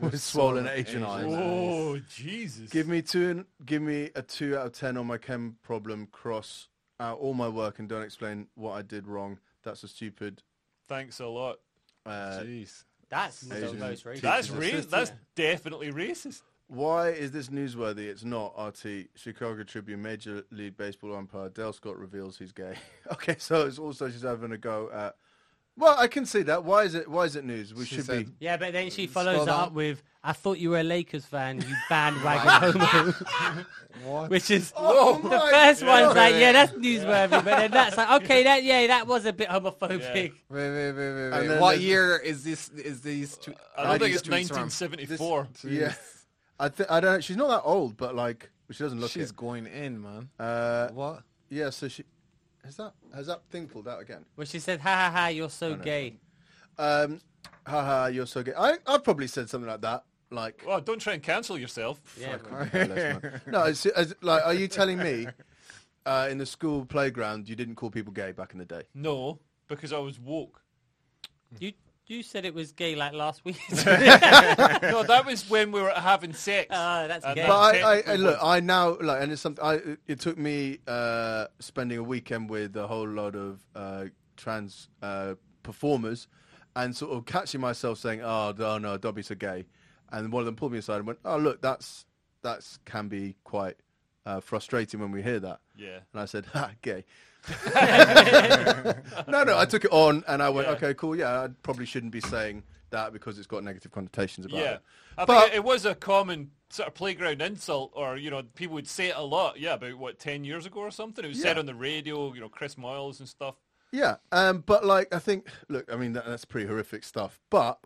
D: with swollen Asian eyes.
B: oh Jesus!
D: Give me two. and Give me a two out of ten on my chem problem. Cross out all my work and don't explain what I did wrong. That's a stupid.
B: Thanks a lot.
D: Uh,
C: Jeez.
A: That's the
D: Asian
A: most racist.
B: That's
D: Jesus.
B: ra- That's definitely racist.
D: Why is this newsworthy? It's not RT. Chicago Tribune Major League Baseball umpire Dale Scott reveals he's gay. okay, so it's also she's having a go at Well, I can see that. Why is it? Why is it news? We should
C: said-
D: be.
A: Yeah, but then she follows
C: Scroll
A: that
C: down.
A: up with, "I thought you were a Lakers fan, you bandwagon homo,"
C: What?
A: which is
D: Oh
A: the
D: my
A: first one's
C: God.
A: like, "Yeah, that's newsworthy," but then that's like, "Okay, that yeah, that was a bit homophobic."
C: Wait, wait, wait, wait, wait.
D: then
C: What
D: there's-
C: year is this? Is these two?
B: I
C: are
B: don't think
C: these
B: it's
C: tweets from?
B: 1974.
D: Yeah. I th- I don't. She's not that old, but like she doesn't look.
C: She's
D: it.
C: going in, man.
D: Uh,
C: what?
D: yeah. So she has that. Has that thing pulled out again?
A: Where she said, "Ha ha ha, you're so gay."
D: Um, haha, you're so gay. I I've probably said something like that. Like
B: Well, oh, don't try and cancel yourself.
A: Yeah,
D: no, it's, it's, like are you telling me uh, in the school playground you didn't call people gay back in the day?
B: No, because I was woke.
A: you you said it was gay like last week.
B: no, that was when we were having sex.
A: Ah, that's
B: And
A: gay.
B: that
D: But I, I, I
B: technically
D: look,
B: was-
D: I now like, and it's something. I it took me uh, spending a weekend with a whole lot of uh, trans uh, performers, and sort of catching myself saying, "Oh, d- oh no, Dobby's a gay," and one of them pulled me aside and went, "Oh, look, that's that's can be quite uh, frustrating when we hear that."
B: Yeah.
D: and I said, "Ha, gay." no, no, I took it on and I went,
B: Yeah.
D: "Okay, cool, yeah, I probably shouldn't be saying that because it's got negative connotations about
B: Yeah,
D: it."
B: I
D: But-
B: think it, it was a common sort of playground insult, or you know, people would say it a lot. Yeah, about what ten years ago or something. It was said
D: Yeah.
B: on the radio. You know, Chris Miles and stuff.
D: Yeah, um, but like I think, look, I mean that, that's pretty horrific stuff. But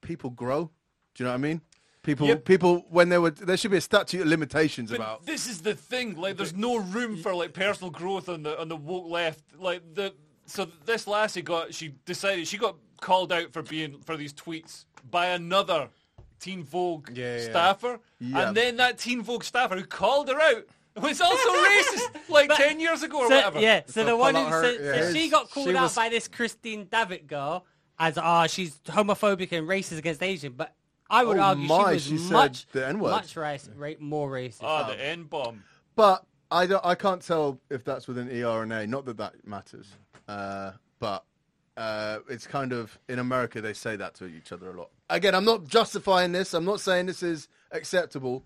D: people grow. Do you know what I mean? People,
B: Yep.
D: people, when there were there should be a statute of limitations
B: But
D: about.
B: this is the thing. Like, there's no room for like personal growth on the on the woke left. Like the so this lassie got she decided she got called out for being for these tweets by another Teen Vogue
C: Yeah, yeah.
B: staffer,
D: Yeah.
B: and then that Teen Vogue staffer who called her out was also racist like
A: But-
B: ten years ago or
A: so,
B: whatever.
A: Yeah, so,
C: So
A: the one who
C: pull out
A: so,
C: her-
A: so
C: yeah.
A: she got called
C: She
A: out
C: was-
A: by this Christine Davitt girl as ah she's homophobic and racist against Asian, but I would
D: Oh
A: argue
D: my,
A: she
D: she
A: was
D: said
A: much
D: the N-word.
A: much race, ra- more racist. Um,
B: Ah, the N bomb.
D: But I don't, I can't tell if that's E, within ERNA. Not that that matters, uh, but uh, it's kind of in America they say that to each other a lot. Again, I'm not justifying this. I'm not saying this is acceptable.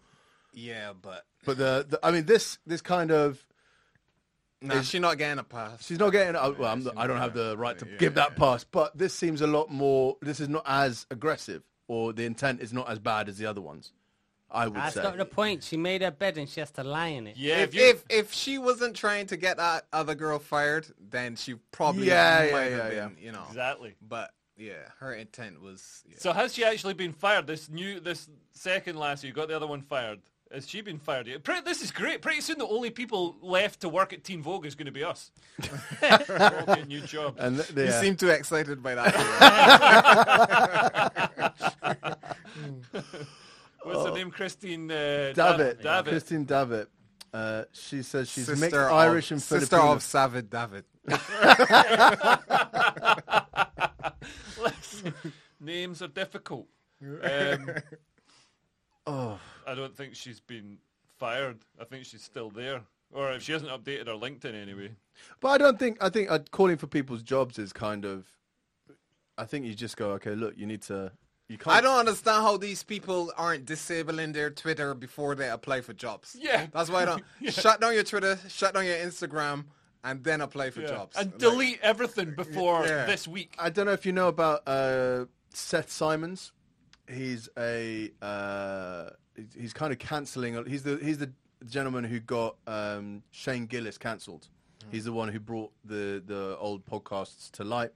C: Yeah, but
D: But the, the I mean this this kind of
C: nah, she's not getting a pass.
D: She's not getting. I- Well, I'm, I don't have the right to give that pass, but this seems a lot more. This is not as aggressive, or the intent is not as bad as the other ones. I would
A: That's
D: say.
A: not the point. She made her bed and she has to lie in it.
B: Yeah,
C: If,
B: you're-
C: if if she wasn't trying to get that other girl fired, then she probably
D: Yeah, yeah,
C: might
D: yeah,
C: have
D: yeah.
C: been, you know.
B: exactly.
C: But yeah, her intent was yeah.
B: So has she actually been fired? This new, this second lassie who got the other one fired. Has she been fired yet? Pretty, this is great. Pretty soon, the only people left to work at Teen Vogue is going to be us. We're all getting new jobs.
D: And th-
C: You
D: yeah.
C: seem too excited by that.
B: What's her name? Christine uh,
D: Oh. Davitt,
B: Da- Davitt.
D: Christine Davitt. Uh, she says she's
C: sister
D: mixed
C: of,
D: Irish and
C: sister
D: Filipino.
C: of Savid David.
B: Listen, Names are difficult. Um,
D: Oh.
B: I don't think she's been fired. I think she's still there. Or if she hasn't updated her LinkedIn anyway.
D: But I don't think. I think uh, calling for people's jobs is kind of. I think you just go. Okay, look, you need to. You can't.
C: I don't understand how these people aren't disabling their Twitter before they apply for jobs.
B: Yeah.
C: That's why I don't shut down your Twitter, shut down your Instagram, and then apply for
B: Yeah.
C: jobs.
B: And
C: Like,
B: delete everything before
C: Yeah.
B: this week.
D: I don't know if you know about uh, Seth Simons. He's a uh, he's- he's kind of cancelling. He's the he's the gentleman who got um, Shane Gillis cancelled.
B: Mm-hmm.
D: He's the one who brought the the old podcasts to light,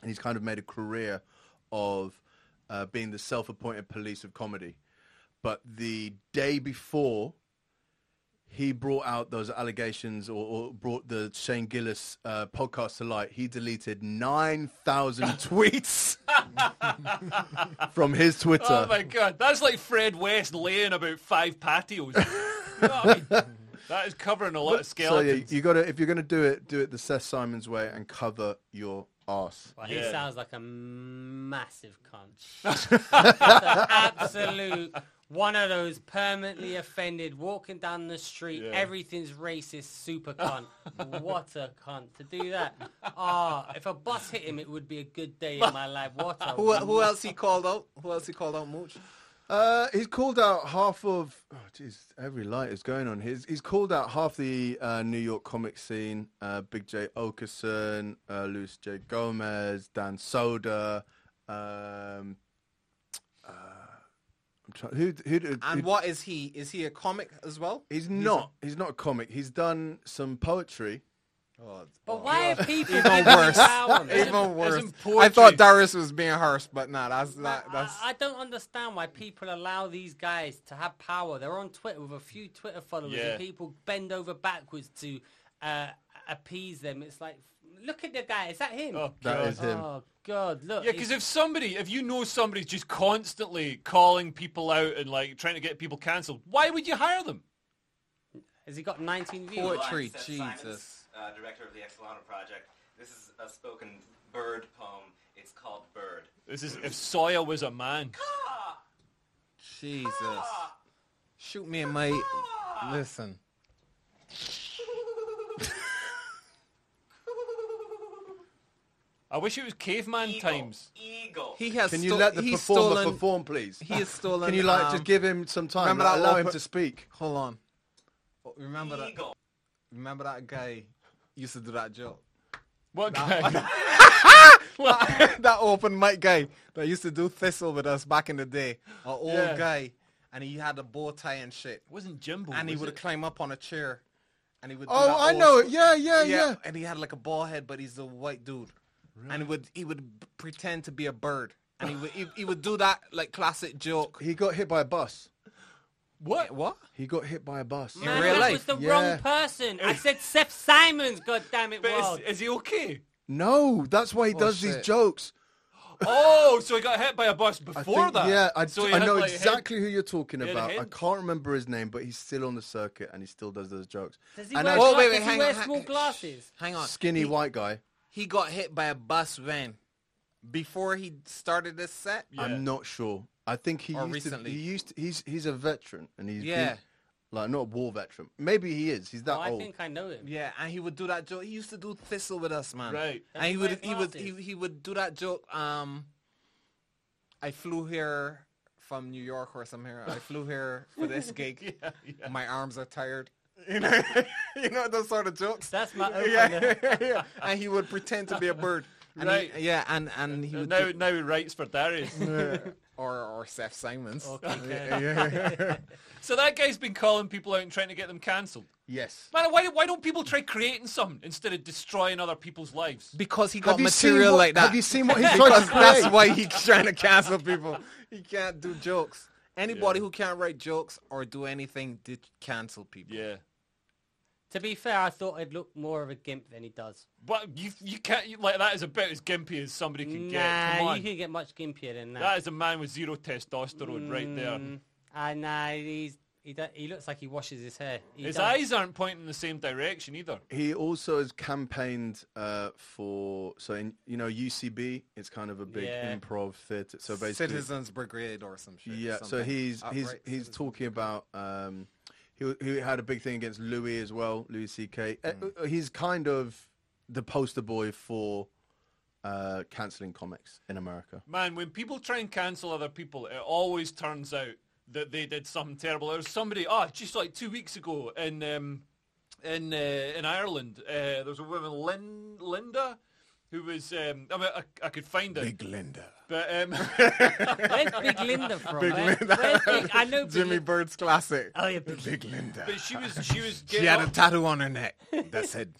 D: and he's kind of made a career of uh, being the self-appointed police of comedy. But the day before he brought out those allegations or, or brought the Shane Gillis uh, podcast to light, he deleted 9,000 tweets from his Twitter.
B: Oh my god, that's like Fred West laying about five patios. You know what I mean? that is covering a lot of
D: so yeah,
B: skeletons.
D: you got to if you're going to do it, do it the Seth Simons way and cover your ass.
A: Well, he
B: Yeah.
A: sounds like a massive cunt. Absolute one of those permanently offended, walking down the street, everything's racist, super cunt. what a cunt to do that. Ah, if a bus hit him, it would be a good day in my life. What a
C: who, who else he called out? Who else he called out? Mooch.
D: Uh, he's called out half of. Oh, jeez, every light is going on. He's he's called out half the uh, New York comic scene. Uh, Big J Okerson, uh, Luis J Gomez, Dan Soda. Um, uh, I'm trying. Who who? who
C: And what is he? Is he a comic as well?
D: He's not. He's not a comic. He's done some poetry.
C: Oh,
A: But why are people
C: even worse. Even worse. I thought Darius was being harsh, but nah, that's not. That's
A: I, I don't understand why people allow these guys to have power. They're on Twitter with a few Twitter followers,
B: Yeah.
A: and people bend over backwards to uh, appease them. It's like, look at the guy. Is that him?
B: Oh,
D: That
B: God.
D: is him.
A: Oh, God, look.
B: Yeah, because if somebody, if you know somebody's just constantly calling people out and like trying to get people cancelled, why would you hire them?
A: Has he got 19 views?
C: Poetry,
G: Seth
C: Jesus.
G: Simons, uh, director of the Exolano Project. This is a spoken bird poem. It's called Bird.
B: This is if Sawyer was a man.
C: Jesus. Shoot me in my. Listen.
B: I wish it was caveman
G: Eagle.
B: times.
G: Eagle.
C: He has.
D: Can you
C: sto-
D: let the
C: he's
D: performer
C: stolen,
D: perform, please?
C: He has stolen.
D: Can you like
C: um,
D: just give him some time?
C: remember
D: Like,
C: that
D: allow
C: little
D: him
C: per-
D: to speak.
C: Hold on. Oh, Remember that.
G: Eagle.
C: Remember that guy used to do that joke.
B: What guy?
C: Ah, that open mic guy that used to do thistle with us back in the day. An old
B: Yeah.
C: guy, and he had a bow tie and shit.
B: wasn't Jimbo.
C: and he
B: was
C: would
B: it?
C: climb up on a chair, and he would. do
D: Oh,
C: that
D: I
C: old
D: know. it.
C: squ-
D: Yeah, yeah, yeah.
C: And he had like a bald head, but he's a white dude, and he would he would b- pretend to be a bird, and he would he, he would do that like classic joke.
D: He got hit by a bus.
B: What?
C: What?
D: He got hit by a bus.
A: Man,
C: real
A: that
C: life,
A: was the
D: yeah.
A: wrong person. I said Seth Simons, God damn it,
B: But
A: world.
B: is, is he okay?
D: No, that's why he Oh, does
C: shit.
D: these jokes.
B: Oh, so he got hit by a bus
D: I
B: before
D: think-
B: that.
D: Yeah, I,
B: so
D: d-
B: he
D: I
B: had,
D: know
B: like, head-
D: exactly who you're talking
B: had a
D: about. I
B: head.
D: can't remember his name, but he's still on the circuit and he still does those jokes.
A: Does he
D: and
A: wear,
D: I-
C: Oh,
A: gla-
C: wait, wait,
A: does he
C: hang
A: wear
C: on, hang-
A: small glasses?
C: Hang on.
D: skinny
C: He-
D: white guy.
C: He got hit by a bus van before he started this set.
B: Yeah.
D: I'm not sure. I think he
C: Or
D: used
C: recently.
D: to. He used to, he's he's a veteran and he's been-
C: Yeah.
D: like not a war veteran. Maybe he is. He's that
A: Oh, I
D: old.
A: think I know him.
C: Yeah, and he would do that joke. He used to do thistle with us, man.
B: Right.
C: And he
A: That's
C: would
A: why
C: he
A: I
C: would
A: laughed.
C: he, he would do that joke. Um, I flew here from New York or somewhere. I flew here for this gig. My arms are tired. You know, you know those sort of jokes.
A: That's my
C: yeah,
A: opener.
C: yeah. And he would pretend to be a bird. And he-
B: Right.
C: yeah, and and Uh, he would
B: Now,
C: do-
B: now he writes for Darius.
C: or or Seth Simons.
B: so that guy's been calling people out and trying to get them cancelled.
D: yes.
B: Man, why, why don't people try creating some instead of destroying other people's lives?
C: Because he
D: Have
C: got
D: you seen
C: material
D: what-
C: like that.
D: Have you seen what he's trying
C: because
D: to
C: that's
D: create?
C: why he's trying to cancel people. He can't do jokes. Anybody who can't write jokes or do anything did cancel people.
B: Yeah.
A: To be fair, I thought I'd look more of a gimp than he does.
B: But you you can't you, like that is about as gimpy as somebody can get. Come
A: Nah,
B: on.
A: you can get much gimpier than that.
B: That is a man with zero testosterone right there.
A: Ah, nah, he's, he, do- he looks like he washes his hair. He
B: His
A: does.
B: eyes aren't pointing in the same direction either.
D: He also has campaigned uh, for so in you know UCB. It's kind of a big
A: Yeah.
D: improv theatre. So basically,
C: Citizens Brigade or some shit.
D: Yeah, so
C: something.
D: he's he's
C: Outright
D: he's
C: citizens.
D: talking about um, he he had a big thing against Louis as well, Louis C.K. Uh,
C: Mm.
D: uh, He's kind of the poster boy for uh, canceling comics in America.
B: Man, when people try and cancel other people, it always turns out that they did something terrible. There was somebody, ah, just like two weeks ago in um, in uh, in Ireland, uh, there was a woman, Lin- Linda, who was. Um, I mean, I, I could find it,
D: Linda.
B: but um,
A: Where's Big Linda from? Where's- where's Big- I know Big
C: Jimmy
A: Lin-
C: Bird's classic.
A: Oh, yeah, Big
C: Big Linda.
B: but she was she was
C: She
B: getting
C: had a
B: up-
C: tattoo on her neck that said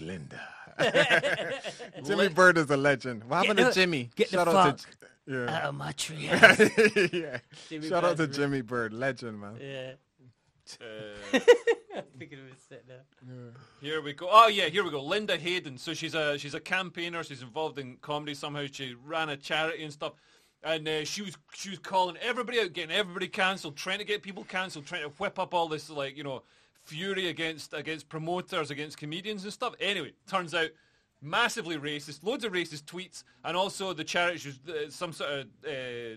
C: Linda. Jimmy Bird is a legend. What happened
A: the-
C: to Jimmy?
A: get the
C: Shout out to
A: fuck
C: yeah.
A: out of my tree.
C: yeah.
A: Jimmy
C: Shout out to
A: Bird's real-
C: Jimmy Bird, legend man.
A: yeah.
B: uh,
A: Thinking of his set there.
B: Here we go. Oh yeah, here we go. Linda Hayden. So she's a she's a campaigner. She's involved in comedy somehow. She ran a charity and stuff. And uh, she was she was calling everybody out, getting everybody cancelled, trying to get people cancelled, trying to whip up all this like you know fury against against promoters, against comedians and stuff. Anyway, turns out massively racist, loads of racist tweets, and also the charity she was uh, some sort of uh,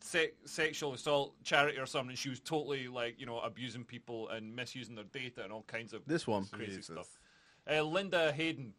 B: se- sexual assault charity or something. And she was totally like you know abusing people and misusing their data and all kinds of
D: This one.
B: crazy stuff. Uh, Linda Hayden.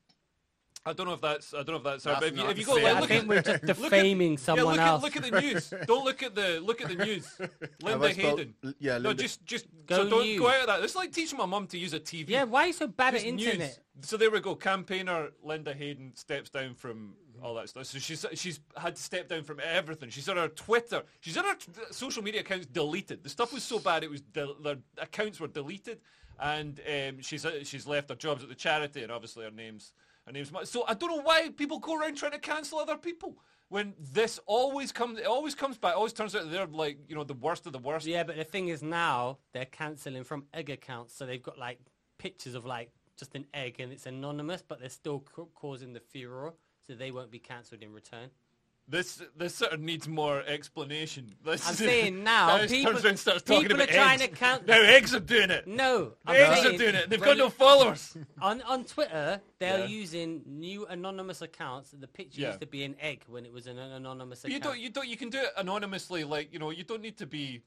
B: I don't know if that's I don't know if that's,
C: That's
B: her. But if you,
C: not
B: if you
C: the
B: go,
C: same.
B: like,
C: I
B: look
A: think
B: at,
A: we're just
B: look at-
A: defaming someone
B: yeah, look At,
A: else.
B: look at the news. Don't look at the look at the news.
D: Have
B: Linda
D: I spelled-
B: Hayden.
D: L- yeah,
B: No,
D: Linda-
B: just just
A: Go
B: so don't
A: you.
B: go out of that. It's like teaching my mum to use a TV.
A: Yeah, why are you so bad at
B: Just news.
A: internet?
B: So there we go. Campaigner Linda Hayden steps down from all that stuff. So she's she's had to step down from everything. She's on her Twitter. She's on her t- social media accounts deleted. The stuff was so bad it was del their accounts were deleted, and um, she's uh, she's left her jobs at the charity and obviously her names her names. mu- So I don't know why people go around trying to cancel other people when this always comes. It always comes back. It always turns out they're like you know the worst of the worst.
A: Yeah, but the thing is now they're cancelling from egg accounts, so they've got like pictures of like just an egg and it's anonymous, but they're still ca- causing the furor, so they won't be cancelled in return.
B: This this sort of needs more explanation. This
A: I'm
B: is-
A: saying now,
B: this
A: people-
B: turns around and starts talking
A: people
B: about
A: are trying
B: eggs.
A: to count-
B: Now eggs are doing it.
A: No, I'm
B: eggs
A: saying
B: are doing it. They've
A: when-
B: got no followers.
A: on on Twitter. They're
B: Yeah.
A: using new anonymous accounts. The picture
B: Yeah.
A: used to be an egg when it was an an anonymous
B: you
A: account.
B: don't. You don't. You can do it anonymously. Like you know, you don't need to be.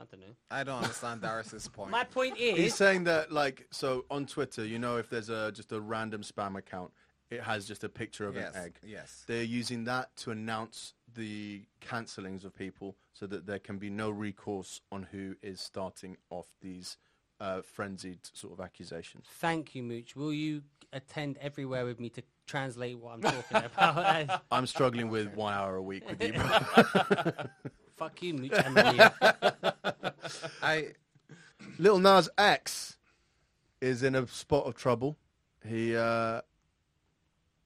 A: I don't know.
C: I don't understand Darius's point.
A: My point
D: He's
A: is,
D: saying that, like, so on Twitter, you know, if there's a just a random spam account, it has just a picture of
C: yes,
D: an egg.
C: yes.
D: They're using that to announce the cancellings of people, so that there can be no recourse on who is starting off these uh, frenzied sort of accusations.
A: thank you, Mooch. Will you attend everywhere with me to translate what I'm talking about?
D: I'm struggling with one hour a week with you. bro.
A: Fuck you, Mooch. and you.
C: I
D: Little Nas X is in a spot of trouble. He uh,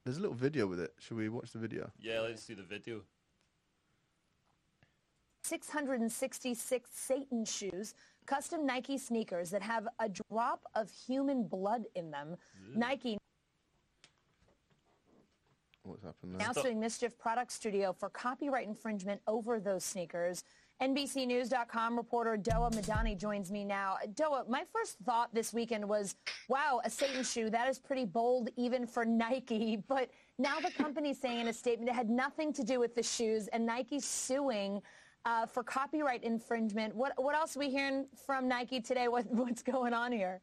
D: there's a little video with it. Should we watch the video?
B: Yeah, let's see the video.
H: 666 Satan shoes, custom Nike sneakers that have a drop of human blood in them. Nike
D: What's happened there?
H: now suing Mischief Product Studio for copyright infringement over those sneakers. NBCNews.com reporter Doa Madani joins me now. Doa, my first thought this weekend was, wow, a Satan shoe, that is pretty bold even for Nike. But now the company's saying in a statement it had nothing to do with the shoes and Nike's suing uh, for copyright infringement. What, what else are we hearing from Nike today? What, what's going on here?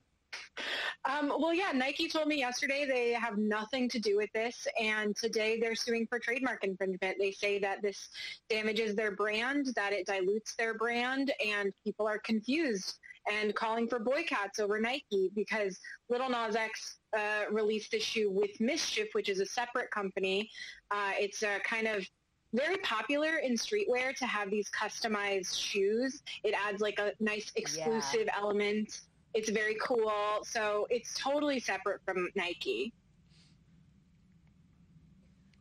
I: Um, well, yeah, Nike told me yesterday they have nothing to do with this, and today they're suing for trademark infringement. They say that this damages their brand, that it dilutes their brand, and people are confused and calling for boycotts over Nike because Little Nas X uh, released the shoe with Mischief, which is a separate company. Uh, it's a kind of very popular in streetwear to have these customized shoes. It adds like a nice exclusive element it's very cool. So it's totally separate from Nike.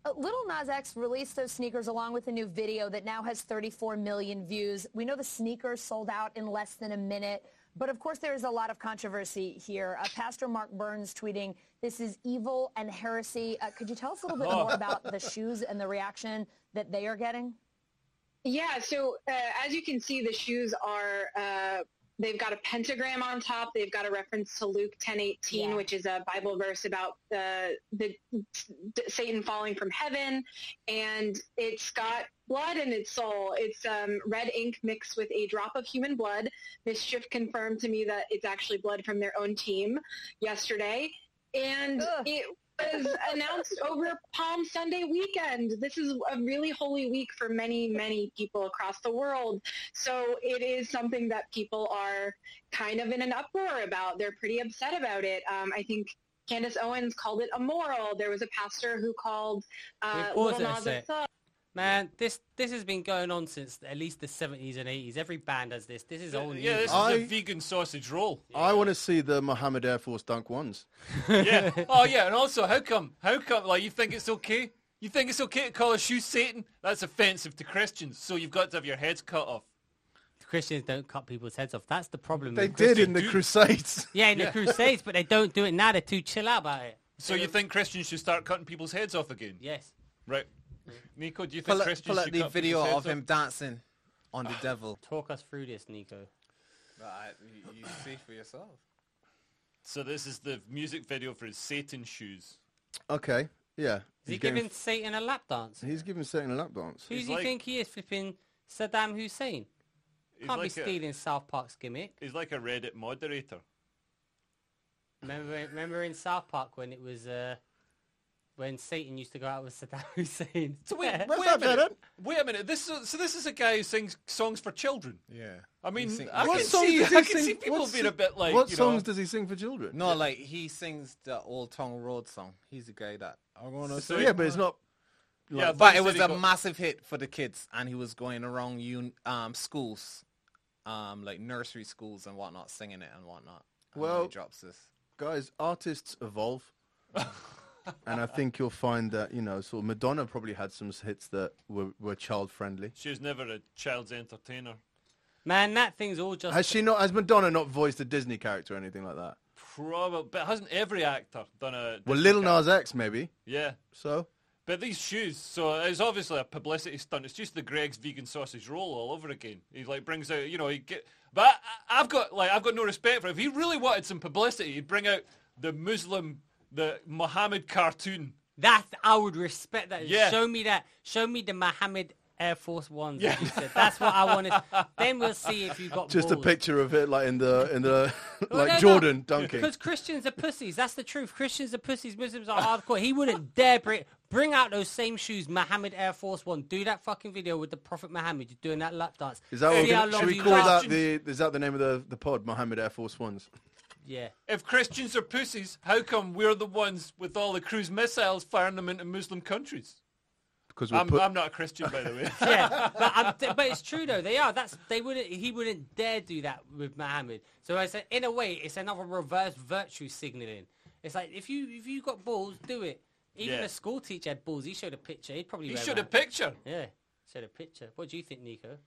H: Uh, Little Nas X released those sneakers along with a new video that now has 34 million views. We know the sneakers sold out in less than a minute, but of course there is a lot of controversy here. Uh, Pastor Mark Burns tweeting, "This is evil and heresy." Uh, could you tell us a little bit more about the shoes and the reaction that they are getting?
I: Yeah, so uh, as you can see, the shoes are, uh, they've got a pentagram on top. They've got a reference to Luke 1018,
H: Yeah.
I: which is a Bible verse about the, the d- Satan falling from heaven. And it's got blood in its soul. It's um, red ink mixed with a drop of human blood. Mischief confirmed to me that it's actually blood from their own team yesterday. And
H: Ugh.
I: it was announced over Palm Sunday weekend. This is a really holy week for many, many people across the world. So it is something that people are kind of in an uproar about. They're pretty upset about it. Um, I think Candace Owens called it immoral. There was a pastor who called uh,
A: Wait, pause
I: Little
A: it a
I: Nas
A: sec.
I: X up.
A: Man, this this has been going on since at least the 70s and 80s. Every band has this. This is all new.
B: Yeah, this is
D: I-
B: a vegan sausage roll.
D: I want to see the Mohammed Air Force Dunk ones.
B: yeah. Oh yeah, and also how come? How come? Like you think it's okay? You think it's okay to call a shoe Satan? That's offensive to Christians. So you've got to have your heads cut off.
A: Christians don't cut people's heads off. That's the problem.
D: They
A: in
D: did in
A: Christian-
D: the Crusades.
A: Yeah, in the Crusades, but they don't do it now. They're too chill out about it.
B: So you think Christians should start cutting people's heads off again?
A: Yes.
B: Right. Nico, do you think
C: pull up,
B: Christians
C: pull up
B: should
C: the
B: cut
C: video
B: people's heads
C: of him dancing on the devil.
A: Ah, Talk us through this, Nico.
C: you, see for yourself.
B: So this is the music video for his Satan shoes.
D: Okay, yeah.
A: Is he
D: getting-
A: giving Satan a lap dance?
D: He's giving Satan a lap dance.
A: Who do you
B: like-
A: think he is, flipping Saddam Hussein?
B: He's
A: Can't
B: like
A: be
B: a-
A: stealing South Park's gimmick.
B: He's like a Reddit moderator.
A: Remember, remember in South Park when it was uh, when Satan used to go out with Saddam Hussein.
B: So wait,
A: Yeah.
B: wait, a minute. Wait a minute. This is, so this is a guy who sings songs for children.
C: Yeah.
B: I mean,
C: sing-
B: I
C: What
B: can
D: songs
B: see,
D: does he
B: I can
D: sing-
B: see people
D: what
B: being
D: so-
B: a bit like,
D: what
B: you
D: songs
B: know,
D: does he sing for children?
C: No, like he sings the Old Town Road song. He's the guy that I'm gonna
B: So
C: say
D: yeah, but it's
C: my-
D: not.
B: yeah,
C: But
B: he
C: it was
B: said
C: a
B: he got-
C: massive hit for the kids, and he was going around un- um, schools, um, like nursery schools and whatnot, singing it and whatnot. And then
D: Well-
C: he drops this.
D: guys, artists evolve. and I think you'll find that, you know, sort of Madonna probably had some hits that were, were child friendly.
B: She was never a child's entertainer.
A: Man, that thing's all just.
D: Has she not has Madonna not voiced a Disney character or anything like that?
B: Probably, but hasn't every actor done a?
D: Well Little Nas X maybe.
B: Yeah,
D: So
B: but these shoes. So it's obviously a publicity stunt. It's just the Greg's vegan sausage roll all over again. He like brings out, you know, he get. But I, I've got like I've got no respect for. It. If he really wanted some publicity, he'd bring out the Muslim, the Muhammad cartoon.
A: That I would respect that.
B: Yeah.
A: Show me that. Show me the Mohammed Air Force Ones. that you said. That's what I wanted. then we'll see if you got
D: just a
A: balls.
D: picture of it like in the in the
A: Well,
D: like
A: no, no.
D: Jordan dunking.
A: Because Christians are pussies. That's the truth. Christians are pussies. Muslims are hardcore. He wouldn't dare bring bring out those same shoes, Muhammad Air Force One. Do that fucking video with the Prophet Muhammad. You're doing that lap dance.
D: Is that what
A: See how
D: we,
A: long
D: should we
A: you
D: call
A: last.
D: that the is that the name of the, the pod, Mohammed Air Force Ones?
A: Yeah.
B: If Christians are pussies, how come we're the ones with all the cruise missiles firing them into Muslim countries?
D: Because we're
B: I'm,
D: put,
B: I'm not a Christian, by the way.
A: yeah, but, I'm, t- but it's true though. They are. That's they wouldn't. He wouldn't dare do that with Muhammad. So I said, in a way, it's another reverse virtue signaling. It's like if you if you got balls, do it. Even
B: Yeah.
A: a school teacher had balls. He showed a picture. He'd probably
B: He
A: wear
B: showed a
A: that.
B: picture.
A: Yeah, showed a picture. What do you think, Nico?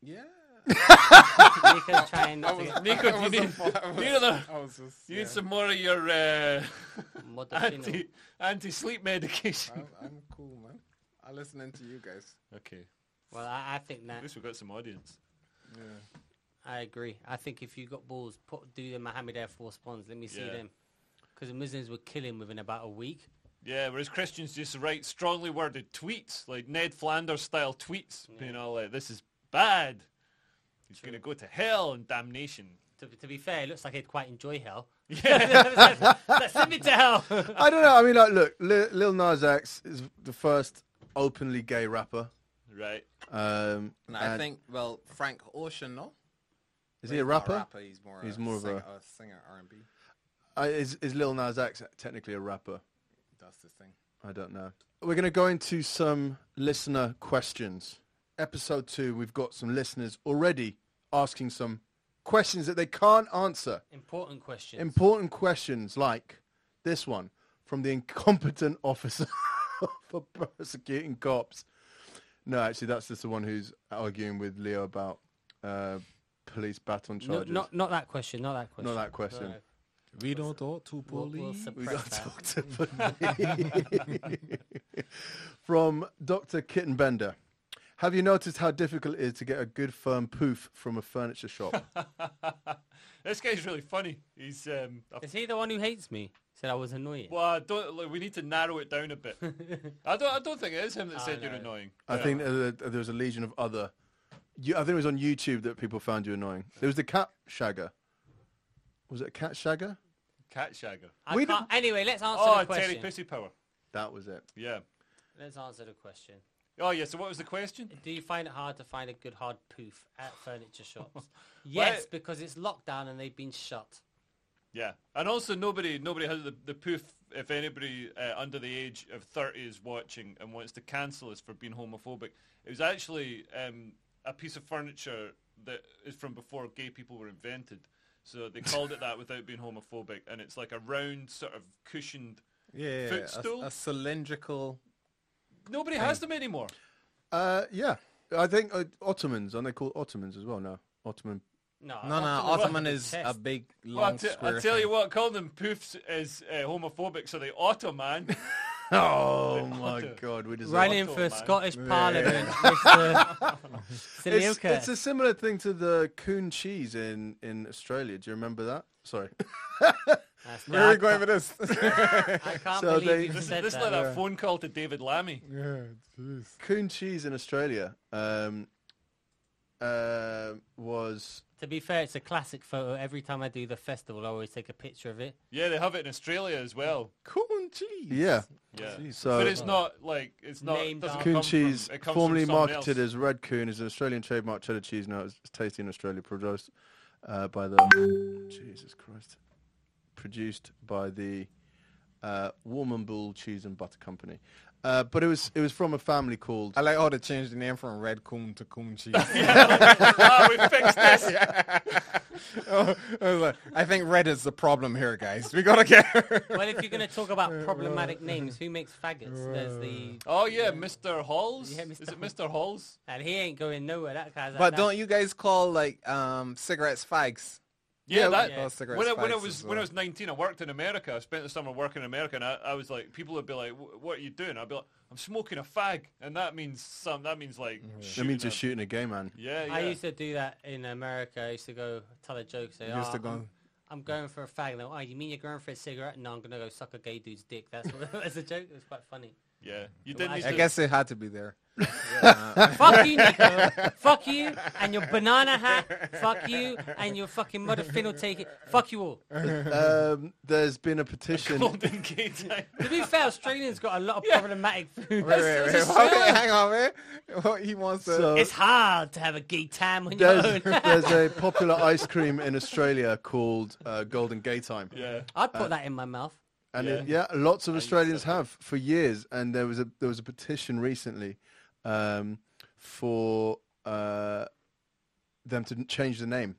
C: Yeah.
A: Nico's trying not to get
B: Nico, do you need, do you need another-
C: I was just.
B: you need some more of your uh,
A: Modestino.
B: anti anti sleep medication?
C: I'm cool, man. I'm listening to you guys.
B: Okay,
A: Well, I, I think
B: at
A: that
B: least we've got some audience.
A: I agree. I think if you got balls, put do the Muhammad Air Force ones. Let me see
B: Yeah.
A: them, because the Muslims would kill him within about a week.
B: Yeah, whereas Christians just write strongly worded tweets, like Ned Flanders style tweets, being all like, "This is bad. He's going to go to hell and damnation."
A: To, to be fair, it looks like he'd quite enjoy hell. Yeah. Send me to hell.
D: I don't know. I mean, like, look, Lil, Lil Nas X is the first openly gay rapper.
B: Right?
D: Um,
C: And I
D: and-
C: think, well, Frank Ocean, no?
D: is he a
C: Not
D: rapper?
C: rapper. He's more.
D: He's
C: a
D: more of
C: singer,
D: a-
C: singer R&B.
D: I, Uh, is is Lil Nas X technically a rapper?
C: That's the thing.
D: I don't know. We're going to go into some listener questions. Episode two, we've got some listeners already asking some questions that they can't answer.
A: Important question.
D: Important questions like this one from the incompetent officer for persecuting cops. No, actually, that's just the one who's arguing with Leo about uh, police baton
A: no,
D: charges.
A: not not that question. Not that question.
D: Not that question.
A: No,
C: We don't talk to
A: We'll, we'll
D: We
A: suppress
D: got
A: that.
D: Doctor from Doctor Kitten Bender. Have you noticed how difficult it is to get a good firm poof from a furniture shop?
B: This guy's really funny. He's um, a
A: Is he the one who hates me? Said I was annoying.
B: Well, I don't. Like, we need to narrow it down a bit. I don't. I don't think it is him that said you're
A: no.
B: annoying.
D: I think uh, there was a legion of other. You, I think it was on YouTube that people found you annoying. There was the cat shagger. Was it a cat shagger?
B: cat shagger.
A: I
D: we
A: can't, anyway, let's answer
B: Oh, Terry
A: the question.
B: Pussy Power.
D: That was it.
B: Yeah.
A: Let's answer the question.
B: Oh yeah. So what was the question?
A: Do you find it hard to find a good hard poof at furniture shops? yes,
B: Wait.
A: because it's lockdown and they've been shut.
B: Yeah. And also nobody nobody has the, the poof. If anybody uh, under the age of thirty is watching and wants to cancel us for being homophobic, it was actually um, a piece of furniture that is from before gay people were invented. So they called it that without being homophobic, and it's like a round sort of cushioned.
C: Yeah,
B: Footstool?
C: A, a cylindrical.
B: Nobody has them anymore.
D: Uh, yeah, I think uh, Ottomans. Aren't they called Ottomans as well? No, Ottoman.
A: No,
C: No, no,
A: Ottoman-
C: Ottoman is
A: chest.
C: a big, long
B: Well, I, te-
C: square.
B: I tell you
C: thing.
B: what, calling them poofs is uh, homophobic, so they auto man.
D: Oh my
B: Otto.
D: God, we deserve.
A: Running for
B: Ottoman.
A: Scottish Parliament, Mr.
D: It's,
A: Siliuka.
D: it's a similar thing to the coon cheese in, in Australia. Do you remember that? Sorry.
A: That's-
C: Where are
A: I
C: we going
A: can't-
C: with this?
A: I can't
D: So
A: believe
D: they-
A: you
B: this is
A: said
B: this is
A: that.
B: like that phone call to David Lammy.
C: yeah, jeez.
D: coon cheese in Australia um, um uh, was
A: To be fair, it's a classic photo. Every time I do the festival, I always take a picture of it.
B: Yeah, they have it in Australia as well.
C: Coon cheese.
D: Yeah.
B: Yeah.
D: So-
B: but it's not like it's not.
A: Named
B: doesn't
A: after-
D: Coon
B: come from-
D: cheese,
B: it comes from
D: formerly
B: someone
D: marketed
B: else.
D: as Red Coon, is an Australian trademark cheddar cheese now. It's tasty in Australia, produced uh, by the Jesus Christ, produced by the uh, Woman Bull Cheese and Butter Company. Uh, but it was it was from a family called
C: I like how they changed the name from Red Coon to Coon Cheese.
B: ah, we fixed this.
C: Oh, I, was like, I think red is the problem here, guys. We gotta get.
A: Well, if you're going to talk about problematic names, who makes faggots? There's the
B: Oh yeah, Mr. Halls.
A: Yeah,
B: Is
A: Mr.
B: it Mr. Halls?
A: and he ain't going nowhere. That guy's.
C: but don't you guys call like um, cigarettes fags?
B: Yeah,
C: Yeah,
B: that.
C: we call cigarette
B: When I, when I
C: spikes
B: was
C: as
B: when I
C: well.
B: was 19, I worked in America. I spent the summer working in America, and I, I was like, people would be like, "Wh- "What are you doing?" I'd be like, "I'm smoking a fag," and that means some. That means like.
C: Mm-hmm.
D: that means
B: a
D: you're shooting a gay man.
B: Yeah, yeah.
A: I used to do that in America. I used to go tell a joke, say,
C: You used
A: "Oh,
C: to go-
A: I'm, I'm going for a fag." And they're, oh, you mean you're going for a cigarette? No, I'm going to go suck a gay dude's dick. That's what, that's a joke. It was quite funny.
B: yeah. You didn't.
A: I
B: Need
C: I
B: to-
C: guess it had to be there.
A: Fuck you, Nico. Fuck you and your banana hat. Fuck you and your fucking mother fin will take it. Fuck you all.
D: Um, there's been a petition.
B: Golden Gate.
A: To be fair, Australians got a lot of problematic food.
C: Wait, wait, wait. Okay, hang on, man. he wants to.
D: So
A: It's hard to have a gay time on your
D: there's,
A: own.
D: there's a popular ice cream in Australia called uh, Golden Gay Time.
B: yeah.
A: I'd put that in my mouth.
D: Uh, And it- yeah, lots of Australians have for years. And there was a there was a petition recently um, for uh, them to n- change the name.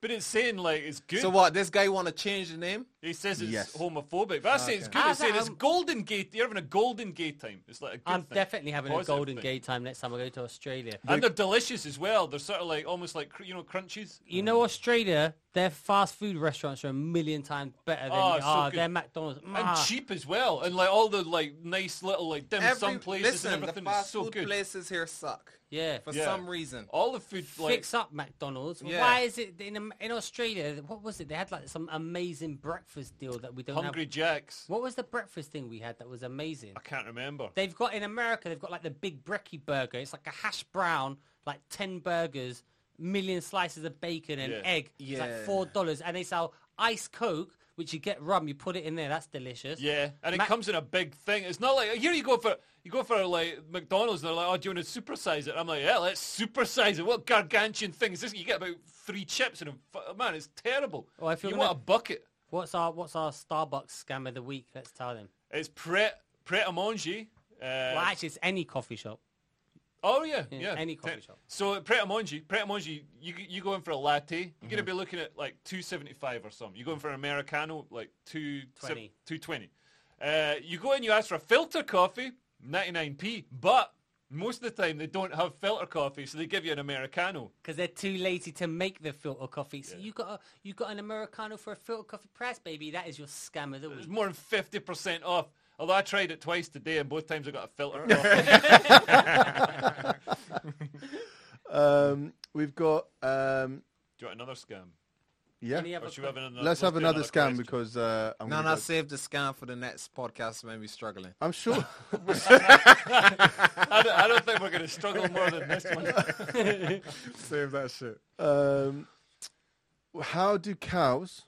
B: But it's saying like it's good.
C: So what? This guy want to change the name?
B: He says it's
D: Yes.
B: homophobic, but I say it's good.
A: Ah,
B: I say
A: that,
B: it's
A: um,
B: golden gate. You're having a golden gay time. It's like a good
A: I'm
B: thing.
A: definitely having a
B: Positive
A: golden
B: thing.
A: gay time next time I go to Australia.
B: And they're delicious as well. They're sort of like almost like cr- you know crunchies.
A: You know Australia, their fast food restaurants are a million times better than
B: Oh,
A: oh,
B: so good.
A: their McDonald's.
B: And
A: Ah.
B: cheap as well, and like all the like nice little like dim sum places
C: listen,
B: and everything
C: the fast
B: is so
C: food
B: good.
C: places here suck
A: Yeah.
C: for
B: Yeah.
C: some reason.
B: All the food like
A: Fix up McDonald's.
C: Yeah.
A: Why is it in Am- in Australia? What was it? They had like some amazing breakfast deal that we don't
B: Hungry
A: have.
B: Jacks.
A: What was the breakfast thing we had that was amazing?
B: I can't remember.
A: They've got in America. They've got like the big brekkie burger. It's like a hash brown, like ten burgers, million slices of bacon and
B: Yeah.
A: egg. It's like
C: Yeah.
A: four dollars, and they sell ice coke, which you get rum. You put it in there. That's delicious.
B: Yeah, and it
A: Ma-
B: comes in a big thing. It's not like here you go for you go for like McDonald's and they're like, oh, do you want to supersize it? I'm like, yeah, let's supersize it. What gargantuan thing is this? You get about three chips and a fu- man, it's terrible.
A: Oh, if you're
B: you
A: gonna-
B: want a bucket?
A: What's our What's our Starbucks scam of the week? Let's tell them.
B: It's Pret Pret a Manger. Uh,
A: well, actually, it's any coffee shop.
B: Oh yeah, yeah.
A: Yeah, any coffee
B: Te-
A: shop.
B: So at Pret a Manger, Pret a Manger, you g- you go in for a latte, you're
A: Mm-hmm.
B: gonna be looking at like two seventy five or something. You go in for an americano, like two
A: 20.
B: two twenty. Uh, you go in, you ask for a filter coffee, ninety nine p. But most of the time they don't have filter coffee, so they give you an americano.
A: Because they're too lazy to make the filter coffee. So you got a, you got an Americano for a filter coffee price, baby. That is your scam of the week.
B: It's more than fifty percent off. Although I tried it twice today, and both times I got a filter. off.
D: Um, we've got um,
B: Do you want another scam?
D: yeah.
C: Oh,
A: Any other
B: Or Oh, should we have another,
D: Let's have
B: do
D: another scam
B: question.
D: because uh, I'm
C: No,
D: gonna
C: no,
D: go-
C: save the scam for the next podcast when we're struggling.
D: I'm sure.
B: I don't, I don't think we're going to struggle more than this one.
C: save that shit.
D: um, how do cows?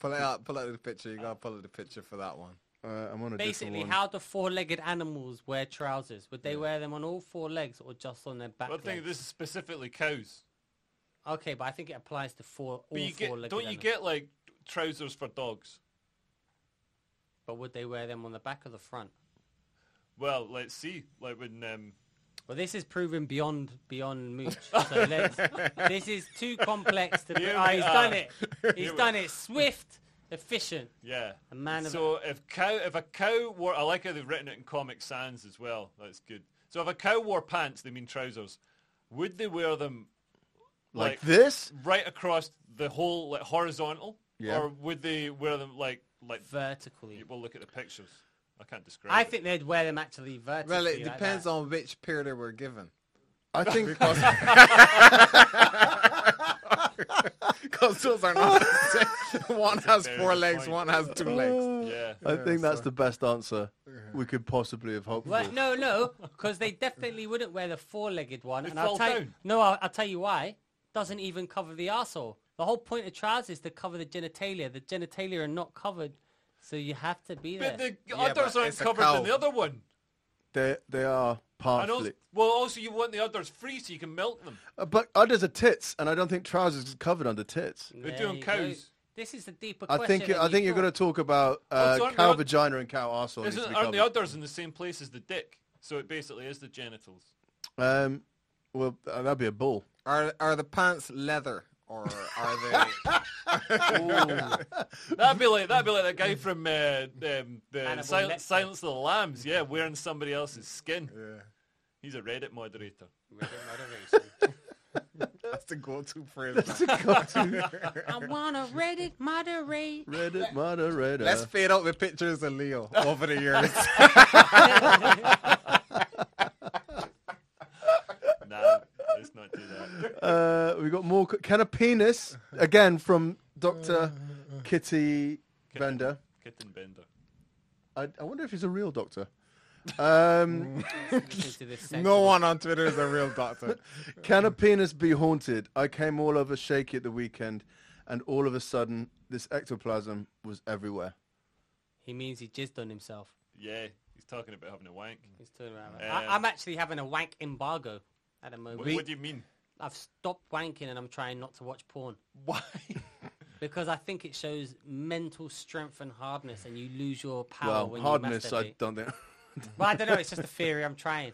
C: Pull it out. Pull out the picture. You gotta pull out the picture for that one.
D: Uh, I'm on a different
A: Basically,
D: one.
A: how do four-legged animals wear trousers? Would they wear them on all four legs or just on their back?
B: But I think
A: legs?
B: this is specifically cows.
A: Okay, but I think it applies to four all
B: But you get,
A: four-legged
B: don't you
A: animals.
B: get like trousers for dogs?
A: But would they wear them on the back or the front?
B: Well, let's see. Like when um,
A: Well, this is proven beyond beyond mooch. So let's, this is too complex to. Be,
B: Here
A: oh,
B: we
A: he's
B: are.
A: done it. He's
B: Here we-
A: done it. Swift, efficient.
B: yeah,
A: A man of-
B: So if cow if a cow wore, I like how they've written it in Comic Sans as well. That's good. So if a cow wore pants, they mean trousers. Would they wear them
D: like this?
B: right across the whole like horizontal,
D: Yeah.
B: or would they wear them like like?
A: Vertically.
B: We'll look at the pictures. I can't describe.
A: I
B: it.
A: think they'd wear them actually vertically.
C: Well,
A: like
C: it depends
A: that.
C: on which period we're given.
D: I think
C: Because those are not. the same. one has
B: very
C: four
B: good
C: legs.
B: point.
C: One has two legs.
B: Yeah.
D: I think that's the best answer we could possibly have hoped
A: Well,
D: for.
A: no, no, because they definitely wouldn't wear the four-legged one.
B: They
A: and I'll
B: fall
A: tell you,
B: down.
A: no, I'll, I'll tell you why. doesn't even cover the asshole. The whole point of trousers is to cover the genitalia. The genitalia are not covered, so you have to be there.
B: But the
C: but
B: udders aren't
C: it's a
B: covered in
C: cow.
B: the other one.
D: They they are
B: And also,
D: partially,
B: well, also you want the udders free so you can milk them.
D: Uh, but udders are tits, and I don't think trousers is covered under tits.
B: We're
A: There
B: doing
A: you go.
B: cows.
A: This is the deeper oh,
D: I
A: question.
D: think
A: than
D: I think you're
A: thought.
D: going to talk about uh,
B: Also, Oh, aren't
D: cow
B: the-
D: vagina and cow arsehole. needs to
B: Isn't,
D: be
B: aren't the
D: covered.
B: udders in the same place as the dick? So it basically is the genitals.
D: Um, well, uh, that'd be a bull.
C: Are are the pants leather or are they?
B: That'd be like that'd be like that guy from uh, um, the
A: Hannibal Lecter.
B: Silence, Silence of the Lambs. Yeah, wearing somebody else's skin. He's a Reddit moderator.
C: That's the go-to phrase.
A: I wanna Reddit moderate.
D: Reddit moderator.
C: Let's fade out with pictures of Leo over the years.
B: Nah, let's not do that.
D: Uh, we got more. c- Can a penis again from Doctor Kitty Bender?
B: Kitten Bender.
D: I, I wonder if he's a real doctor. Um,
A: Listen to this
C: no one on Twitter is a real doctor.
D: can a penis be haunted? I came all over shaky at the weekend, and all of a sudden, this ectoplasm was everywhere.
A: He means he jizzed on himself.
B: Yeah, he's talking about having a wank. Um,
A: He's turning around. I, I'm actually having a wank embargo at the moment.
B: What, what do you mean?
A: I've stopped wanking and I'm trying not to watch porn
B: Why?
A: because I think it shows mental strength and hardness, and you lose your power
D: Well,
A: when
D: hardness,
A: you
D: I
A: masturbate.
D: don't think.
A: Well, I don't know. It's just a theory. I'm trying.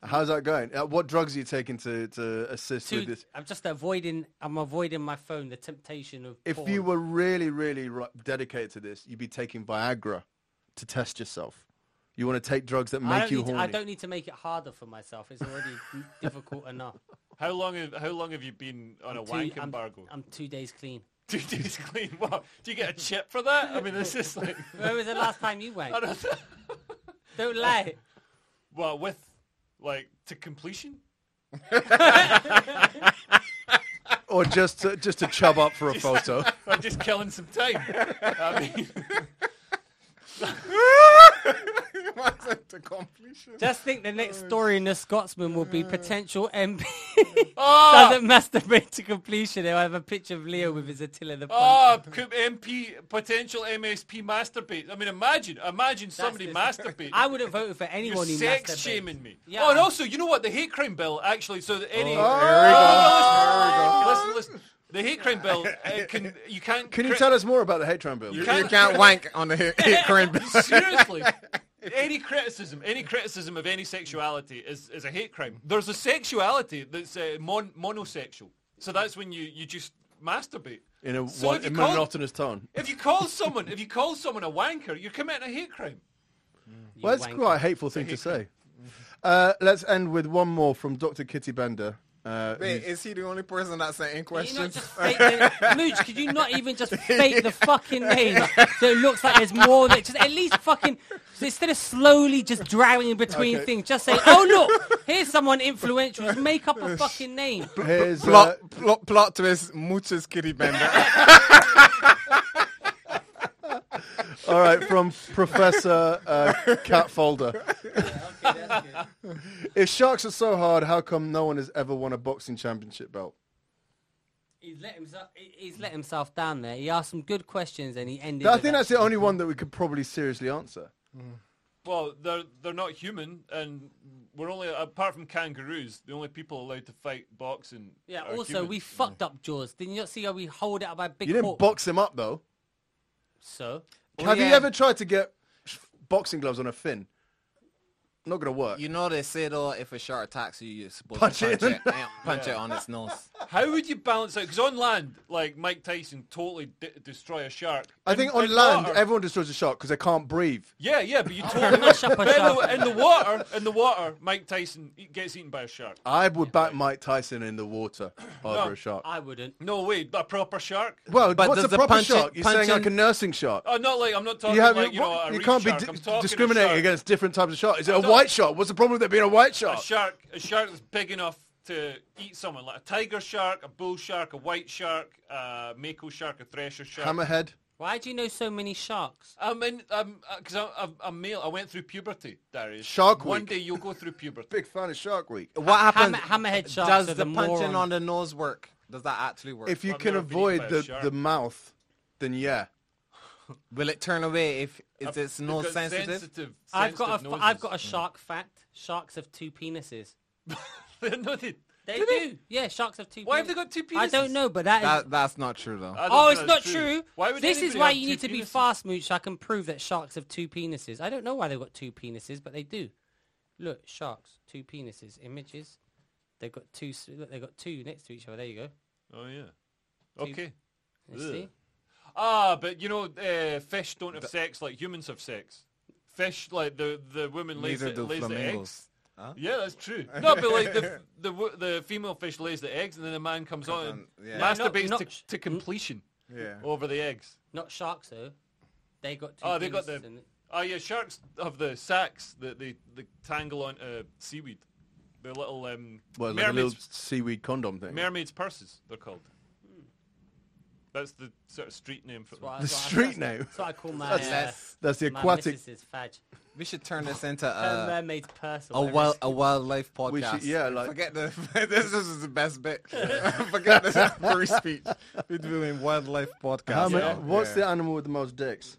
D: How's that going? Uh, what drugs are you taking to, to assist with
A: Dude,
D: this?
A: I'm just avoiding. I'm avoiding my phone. The temptation of
D: If
A: porn.
D: you were really, really ri- dedicated to this, you'd be taking Viagra to test yourself. You want to take drugs that
A: I
D: make
A: don't
D: you
A: need to-
D: horny.
A: I don't need to make it harder for myself. It's already difficult enough.
B: How long? Have, how long have you been on a
A: Two-
B: wank
A: I'm-
B: embargo?
A: I'm two days clean.
B: Two days clean. What? Do you get a chip for that? I mean, this is like.
A: When was the last time you
B: I
A: wanked?
B: don't,
A: Don't lie.
B: well, with like to completion.
D: or just to, just to chub up for a photo.
B: I'm just killing some time. I mean,
C: to completion.
A: Just think the next
D: Oh.
A: story in The Scotsman will be potential MP
B: oh,
A: doesn't masturbate to completion. They'll have a picture of Leo with his Attila the Hun.
B: oh, could MP potential MSP masturbate? I mean, imagine, imagine somebody
A: just-
B: masturbates.
A: I would have voted for anyone
B: You're
A: who
B: sex
A: masturbates.
B: shaming me.
A: Yeah.
B: Oh, and also, you know what? The hate crime bill actually. So that
D: Oh,
B: any. Oh, listen, listen, listen. The hate crime bill. It can you can't.
D: Can you
B: cri-
D: tell us more about the hate crime bill?
C: You, you can't wank on the hit current bill.
B: Seriously. Any criticism, any criticism of any sexuality is, is a hate crime. There's a sexuality that's uh, mon- monosexual. So that's when you, you just masturbate.
D: in a
B: So
D: one,
B: if you
D: in
B: call-
D: monotonous tone.
B: If you call someone, if you call someone a wanker, you're committing a hate crime.
A: Mm. You
D: Well, that's
A: wanker.
D: quite a hateful thing to say. Uh, let's end with one more from Dr. Kitty Bender. Uh,
C: Wait, is he the only person that sent in
A: Can you not
C: questions?
A: just fake the- Mooch, could you not even just fake the fucking name so it looks like there's more than just at least fucking so instead of slowly just drowning in between
D: Okay.
A: things, just say, Oh look, here's someone influential, just make up a fucking name.
D: here's, uh,
C: Plot, plot, plot twist, muchas kitty bender.
D: all right, from Professor uh, Cat Folder. If sharks are so hard, how come no one has ever won a boxing championship belt?
A: He's let himself he- he's let himself down there. He asked some good questions and he ended
D: I
A: with
D: think
A: that.
D: that's the only one that we could probably seriously answer.
B: Well, they're they're not human, and we're only apart from kangaroos, the only people allowed to fight boxing.
A: Yeah,
B: are
A: also,
B: humans.
A: we fucked up Jaws. Didn't you see how we hold it up by big
D: You didn't
A: cork?
D: box him up, though.
A: So,
D: Have you
C: yeah.
D: ever tried to get boxing gloves on a fin? Not going to work.
C: You know they say though, if a shark attacks you, you're supposed
D: Punch
C: to
D: it
C: punch
D: in
C: it, and punch it on its nose.
B: How would you balance out? Because on land, like Mike Tyson, totally d- destroy a shark.
D: I
B: In-
D: think on
B: in
D: land,
B: water-
D: everyone destroys a shark because they can't breathe.
B: Yeah, yeah, but you totally
A: mash up a
B: But in the,
A: shark.
B: in the water, in the water, Mike Tyson e- gets eaten by a shark.
D: I would back Mike Tyson in the water over
C: Oh,
B: No.
D: a shark.
A: I wouldn't.
B: No way, a proper shark.
D: Well,
C: But
D: what's
C: does
D: a
C: the
D: proper
C: punch-
D: shark? You're saying like a
C: punching-
D: nursing shark.
B: Oh, not like I'm not talking
D: you have-
B: like you know
D: what-
B: a
D: you
B: reef
D: can't be
B: shark.
D: di-
B: I'm talking a
D: discriminating
B: shark.
D: against different types of sharks. Is it a
B: I'm not-
D: white shark? What's the problem with it being a white
B: a
D: shark?
B: shark. A shark that's big enough to eat someone, like a tiger shark, a bull shark, a white shark, a mako shark, a thresher shark.
D: Hammerhead.
A: Why do you know so many sharks?
B: I'm in, I'm, because I'm, I'm, I'm male. um, uh, I went through puberty, Darius.
D: Shark
B: One
D: Week.
B: day you'll go through puberty.
D: Big fan of Shark Week.
C: What happens?
A: hammer- hammerhead sharks
C: Does
A: are
C: the,
A: the
C: punching
A: moron.
C: on the nose work? Does that actually work?
D: If you
B: I've
D: can
B: never been
D: avoid
B: eaten by a
D: the,
B: shark.
D: the mouth, then yeah.
C: Will it turn away if is it's
B: They've
C: no
B: got
C: sensitive?
B: sensitive
A: I've got a,
B: sensitive
A: I've got a
B: noses.
A: shark fact. Sharks have two penises.
B: no, they,
A: They
B: do.
A: do. Yeah, sharks have two.
B: Why have they got two
A: I don't
B: penises?
A: know, but that is.
C: That, that's not true though.
B: I don't
A: oh,
B: know,
A: it's
B: that's
A: not true.
B: Why would
A: this is
B: anybody
A: why
B: have
A: you
B: two
A: need to be
B: penises?
A: fast, Mooch. so I can prove that sharks have two penises. I don't know why they've got two penises, but they do. Look, sharks, two penises. Images. They've got two. s- Look, they've got two next to each other. There you go.
B: Oh yeah. Okay.
A: You
B: Ugh.
A: see?
B: Ah, but you know, uh, fish don't have sex like humans have sex. Fish, like the the woman lays,
C: Neither
B: the,
C: do
B: lays the eggs.
C: flamingos.
B: Yeah, that's true. No, but like the, the wo- the female fish lays the eggs, and then the man comes on and
C: on, yeah.
A: No,
B: masturbates
A: not- Oh,
B: to, to completion
D: Yeah.
B: over the eggs.
A: Not sharks though. They got two.
B: Oh, they got
A: penises
B: the
A: and-
B: oh yeah, sharks have the sacks that they, they tangle onto seaweed. The little um
D: Well, like a
B: mermaids,
D: little seaweed condom thing.
B: mermaids purses they're called. That's the sort of street name for
A: That's what I-
B: them.
D: The
A: that's what I-
D: street name.
A: that's- That's what I call my. Uh,
C: That's-
D: That's the
A: my
D: aquatic.
A: missus's fadge.
C: We should turn this into
A: Her
C: a
A: mermaid's purse. or
C: a
A: whatever
C: wild
A: it's-
C: a wildlife podcast.
D: We should- yeah, like-
C: forget the this is the best bit. forget this free speech. We're doing wildlife podcast.
D: How many-
C: now.
D: What's
C: Yeah.
D: the animal with the most dicks?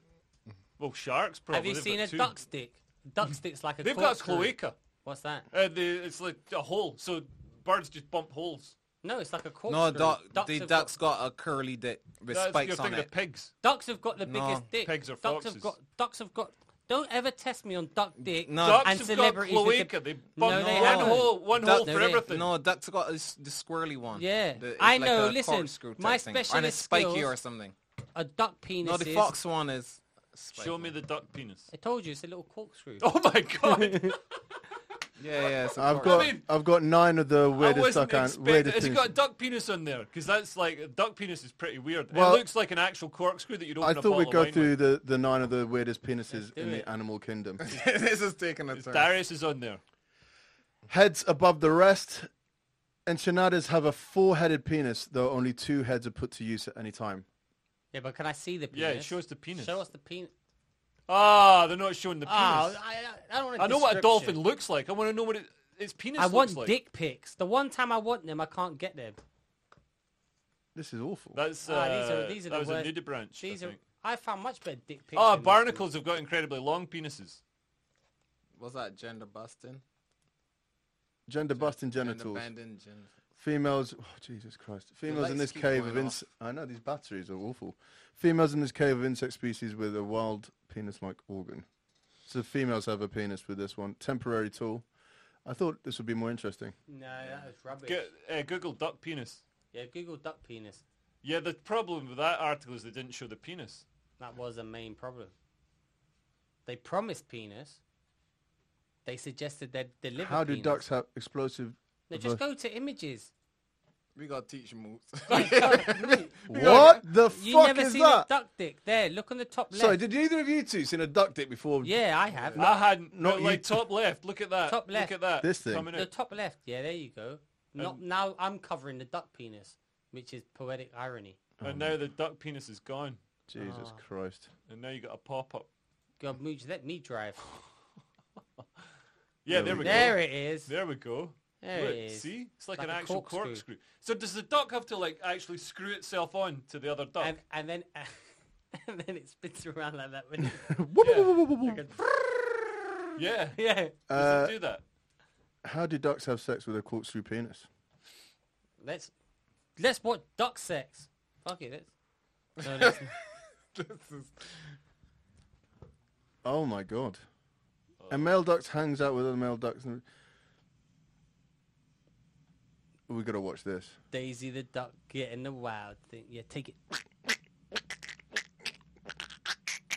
B: Well, sharks
A: Have
B: probably.
A: you
B: They've
A: seen
B: got
A: a
B: two.
A: duck stick? Duck stick's like a.
B: They've got a
A: corkscrew.
B: cloaca.
A: What's that?
B: Uh, the, it's like a hole, so birds just bump holes.
A: No, it's like a corkscrew.
C: No, duck, the
A: have
C: duck's got, a curly dick with
B: That's, you're
C: spikes on
B: thinking
C: it.
B: of pigs.
A: Ducks have got the
C: No,
A: biggest dick.
B: pigs are
A: ducks
B: foxes.
A: have got. Ducks have got. Don't ever test me on duck dick.
C: No.
B: Ducks
A: and
B: have
A: celebrities
B: got
A: with
B: cloaca.
A: the-
B: They
A: No,
B: bump
A: they
B: one
A: haven't.
B: hole, one
C: Duck-
B: hole
A: no,
B: for
A: they-
B: everything.
C: No, duck's got this, the squirrely one.
A: Yeah.
C: The- it's
A: I
C: like
A: know,
C: a
A: listen,
C: corkscrew type
A: my
C: thing. and
A: specialist
C: it's spiky
A: skills-
C: or something.
A: A duck penis.
C: No, the fox one is.
B: Show me the duck penis.
A: I told you, it's a little corkscrew.
B: Oh my god!
C: Yeah, yeah. It's a
D: I've
C: corkscrew.
D: got
B: I mean-
D: I've got nine of the
B: I
D: weirdest
B: wasn't
D: duck an-
B: expecting.
D: weirdest
B: Has it
D: things.
B: got a duck penis on there? Because that's like a duck penis is pretty weird.
D: Well,
B: it looks like an actual corkscrew that you'd open
D: I
B: a bottle
D: thought we'd
B: of
D: go
B: wine
D: through
B: with.
D: the, the nine of the weirdest penises
A: do
D: in
A: it.
D: the animal kingdom.
C: this is taking a turn.
B: Darius is on there.
D: Heads above the rest. Enchiladas have a four-headed penis, though only two heads are put to use at any time.
A: Yeah, but can I see the penis?
B: Yeah, show us the penis.
A: Show us the penis.
B: Ah, they're not showing the
A: Oh,
B: penis.
A: I, I don't want
B: I know what a dolphin looks like. I want to know what it, its penis
A: I
B: looks
A: want
B: like.
A: dick pics. The one time I want them, I can't get them.
D: This is awful.
B: That's uh,
A: Ah, these are- these are
B: that
A: the
B: was
A: worst-
B: a nudie branch.
A: These
B: I
A: are.
B: think.
A: I found much better dick pics.
B: Ah,
A: than these
B: barnacles have got incredibly long penises.
C: Was that gender busting?
D: Gender busting
C: Gender
D: genitals.
C: bending? Gender...
D: Females, oh, Jesus Christ. Females in
C: lights
D: this
C: keep
D: cave of
C: going
D: insects. I know these batteries are awful. Females in this cave of insect species with a wild penis-like organ. So females have a penis with this one. Temporary tool. I thought this would be more interesting.
A: things. No, that was rubbish.
B: Go, uh, Google duck penis.
A: Yeah, Google duck penis.
B: Yeah, the problem with that article is they didn't show the penis.
A: That was the main problem. They promised penis. They suggested they'd deliver
D: How do
A: penis.
D: ducks have explosive...
A: No, just go to images.
C: We got teacher moves.
D: What the
A: You
D: fuck
A: never
D: is
A: seen
D: that?
A: a duck dick. There, look on the top left.
D: Sorry, did either of you two seen a duck dick before?
A: yeah, I have.
B: I hadn't.
D: not
B: Not like
D: you.
B: top left. Look at that.
A: Top left.
B: Look at that.
D: This thing.
B: Coming
A: the
B: out.
A: top left. Yeah, there you go. Not now. I'm covering the duck penis, which is poetic irony.
B: and now the duck penis is
D: Oh,
B: gone.
A: Ah.
D: Jesus Christ.
B: And now you got a pop up.
A: God, Mooch, let me drive.
B: Yeah, there we go.
A: There it is.
B: There we go.
A: There
B: Look,
A: it is.
B: see, it's like,
A: Like
B: an
A: a
B: actual
A: corkscrew.
B: corkscrew. So does the duck have to like actually screw itself on to the other duck?
A: And and then and then it spins around like that. When
B: yeah. yeah.
A: yeah.
B: Does it do that?
D: Uh, How do ducks have sex with a corkscrew penis?
A: Let's let's watch duck sex. Fuck it. Let's. No, let's
D: Oh my god.
C: Uh,
D: And male ducks hangs out with other male ducks. And... We gotta watch this.
A: Daisy the duck getting the wild thing. Yeah, take it.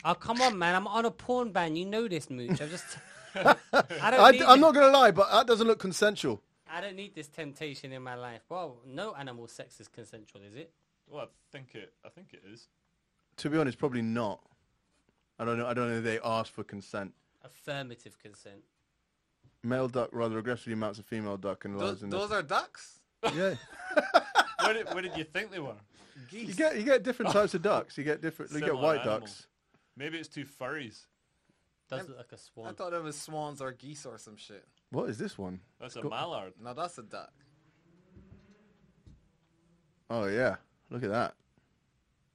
A: Oh come on, man! I'm on a porn ban. You know this, Mooch. I'm just. I don't.
D: I,
A: need
D: am
A: this-
D: not gonna lie, but that doesn't look consensual.
A: I don't need this temptation in my life. Well, no animal sex is consensual, is it?
B: Well, I think it. I think it is.
D: To be honest, probably not. I don't know. I don't know. If they asked for consent.
A: Affirmative consent.
D: Male duck rather aggressively mounts a female duck and lies
C: those,
D: in
C: those are ducks.
D: are yeah.
B: Where did, where did you think they were?
D: You get you get different
B: Oh,
D: types of ducks. You get different. You get
B: Similar
D: white
B: animal.
D: ducks.
B: Maybe it's two furries.
A: Does look like a swan.
C: I thought it was swans or geese or some shit.
D: What is this one?
B: That's a mallard.
C: No, that's a duck.
D: Oh yeah, look at that.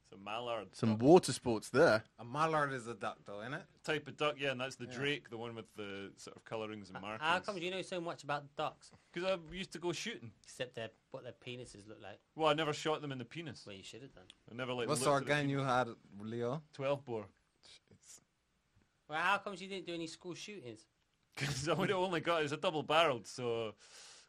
B: It's a mallard.
C: Oh.
D: Some water sports there.
C: A mallard is a duck, though, isn't it?
B: type of duck, yeah, and that's the drake, the one with the sort of colourings and
A: How come
B: markings.
A: you know so much about ducks?
B: Because I used to go shooting.
A: Except their, what their penises look like.
B: Well, I never shot them in the penis.
A: Well, you should have done.
B: I never like.
C: What's
B: looked
C: our
B: at the
C: gun
B: penis.
C: you had, Leo?
B: 12 bore.
A: Well, how comes you didn't do any school shootings?
B: Because I would have only got it was a double barreled, so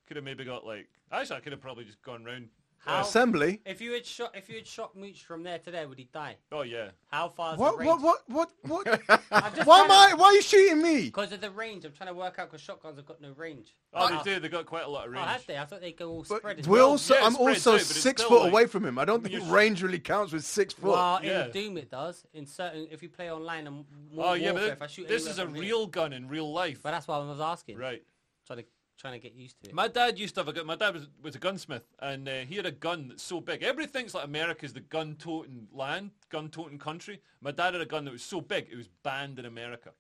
B: could have maybe got like. Actually, I could have probably just gone round.
A: How?
D: Assembly.
A: If you had shot, if you had shot Mooch from there to there, would he die?
B: Oh yeah.
A: How far? Is
D: What?
A: The
D: What?
A: range?
D: What? What? What?
A: I'm just
D: Why
A: trying
D: am
A: to-
D: I? Why are you shooting me?
A: Because of the range, I'm trying to work out because shotguns have got no range.
B: Oh, they do. They got quite a lot of
A: Oh,
B: range.
A: have they? I thought they go all spread.
D: But
A: as
D: Will,
A: well.
D: so
B: Yeah,
D: I'm
B: spread too,
D: also
B: but it's
D: six
B: still
D: foot
B: like-
D: away from him. I don't think range really counts with six foot.
A: Well,
B: Yeah.
A: in Doom it does. In certain, if you play online and
B: oh yeah,
A: Warfare,
B: but
A: if I shoot
B: this
A: anywhere
B: is a
A: from here-
B: real gun in real life.
A: But that's what I was asking.
B: Right.
A: Trying to trying to get used to it.
B: My dad used to have a gun. My dad was, was a gunsmith, and uh, he had a gun that's so big. Everything's like America's the gun-toting land, gun-toting country. My dad had a gun that was so big it was banned in America.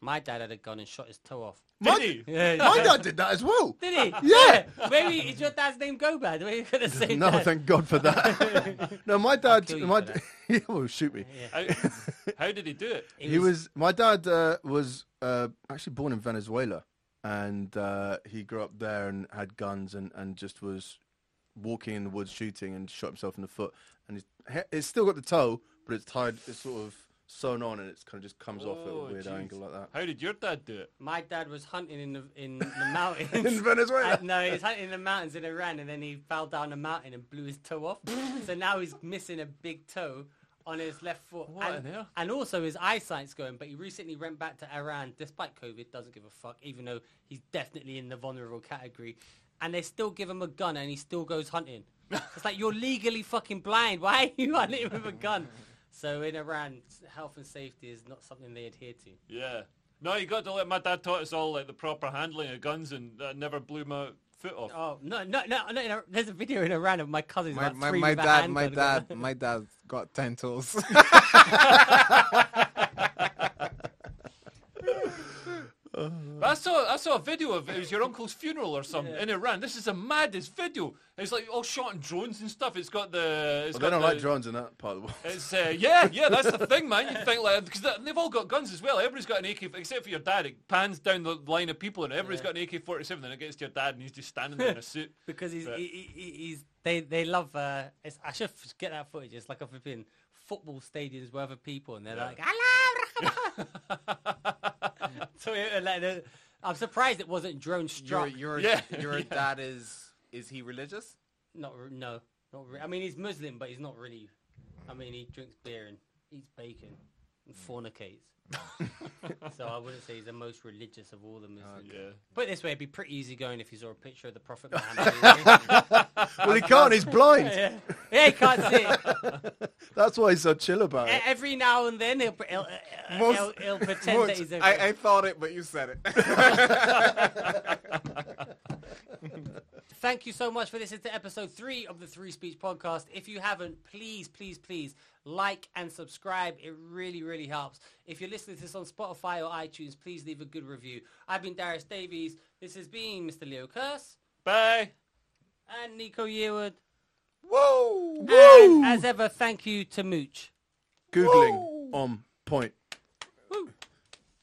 A: My dad had a gun and shot his toe off.
B: Did he?
D: My dad did that as well.
A: Did he?
D: Yeah.
A: Maybe is your dad's name Gobad? Maybe you could have said
D: No,
A: that.
D: thank God for that. no, my dad.
A: kill you
D: My
A: for
D: d- yeah, well, shoot me.
B: How, how did he do it?
A: He
D: He was. My dad uh, was uh, actually born in Venezuela, and uh, he grew up there and had guns and, and just was walking in the woods shooting and shot himself in the foot. And his, he- it's still got the toe, but it's tied. It's sort of sewn on, and it's kind of just comes off at
B: Oh,
D: a weird
B: jeez.
D: angle like that.
B: How did your dad do it?
A: My dad was hunting in the in the mountains
D: In Venezuela?
A: Uh, no, he was hunting in the mountains in Iran, and then he fell down a mountain and blew his toe off. so now he's missing a big toe on his left foot.
B: What
A: and,
B: on earth?
A: and also his eyesight's going. But he recently went back to Iran, despite COVID, doesn't give a fuck, even though he's definitely in the vulnerable category. And they still give him a gun, and he still goes hunting. it's like you're legally fucking blind. Why are you hunting with a gun? So in Iran, s- health and safety is not something they adhere to.
B: Yeah. No, you got to let my dad taught us all like the proper handling of guns, and that never blew my foot off.
A: Oh no no no! no in a, there's a video in Iran of my cousins.
C: My,
A: like,
C: my,
A: three
C: my
A: with a
C: dad, my
A: handgun going-
C: dad, my dad got ten toes.
B: But I saw I saw a video of it was your uncle's funeral or something in Iran. This is the maddest video. It's like all shot in drones and stuff. It's got the. It's
D: But they
B: got
D: don't
B: the,
D: like drones in that part of the world.
B: It's uh, yeah, yeah. That's the thing, man. You think like because they've all got guns as well. Everybody's got an AK, except for your dad. It pans down the line of people, and everybody's got an AK forty-seven. And it gets to your dad, and he's just standing there in a suit.
A: because he's,
B: But-
A: he, he, he- he's they they love. Uh, it's, I should f- get that footage. It's like I've been football stadiums with other people, and they're like, "Hello." Rahman." so it, like, the- I'm surprised it wasn't drone
C: your
A: struck.
C: your
B: Yeah.
C: your dad is is he religious?
A: Not re- no, not re- I mean he's Muslim, but he's not really. I mean he drinks beer and eats bacon and
C: Mm.
A: fornicates. so I wouldn't say he's the most religious of all the Muslims.
B: Yeah.
A: Put it this way, it'd be pretty easy going if you saw a picture of the Prophet Muhammad.
D: well, he can't. He's blind.
A: yeah, Yeah, he can't see. it.
D: That's why he's so chill about
A: E-
D: it.
A: Every now and then he'll, he'll, he'll,
C: Most-
A: he'll, he'll pretend that
C: Mooch,
A: he's. a-
C: I, I thought it, but you said it.
A: Thank you so much for listening to episode three of the Three Speech Podcast. If you haven't, please, please, please like and subscribe. It really, really helps. If you're listening to this on Spotify or iTunes, please leave a good review. I've been Darius Davies. This has been Mr. Leo Curse
B: Bye.
A: and Nico Yearwood.
C: Whoa!
A: And as ever, thank you to Mooch.
D: Googling on point.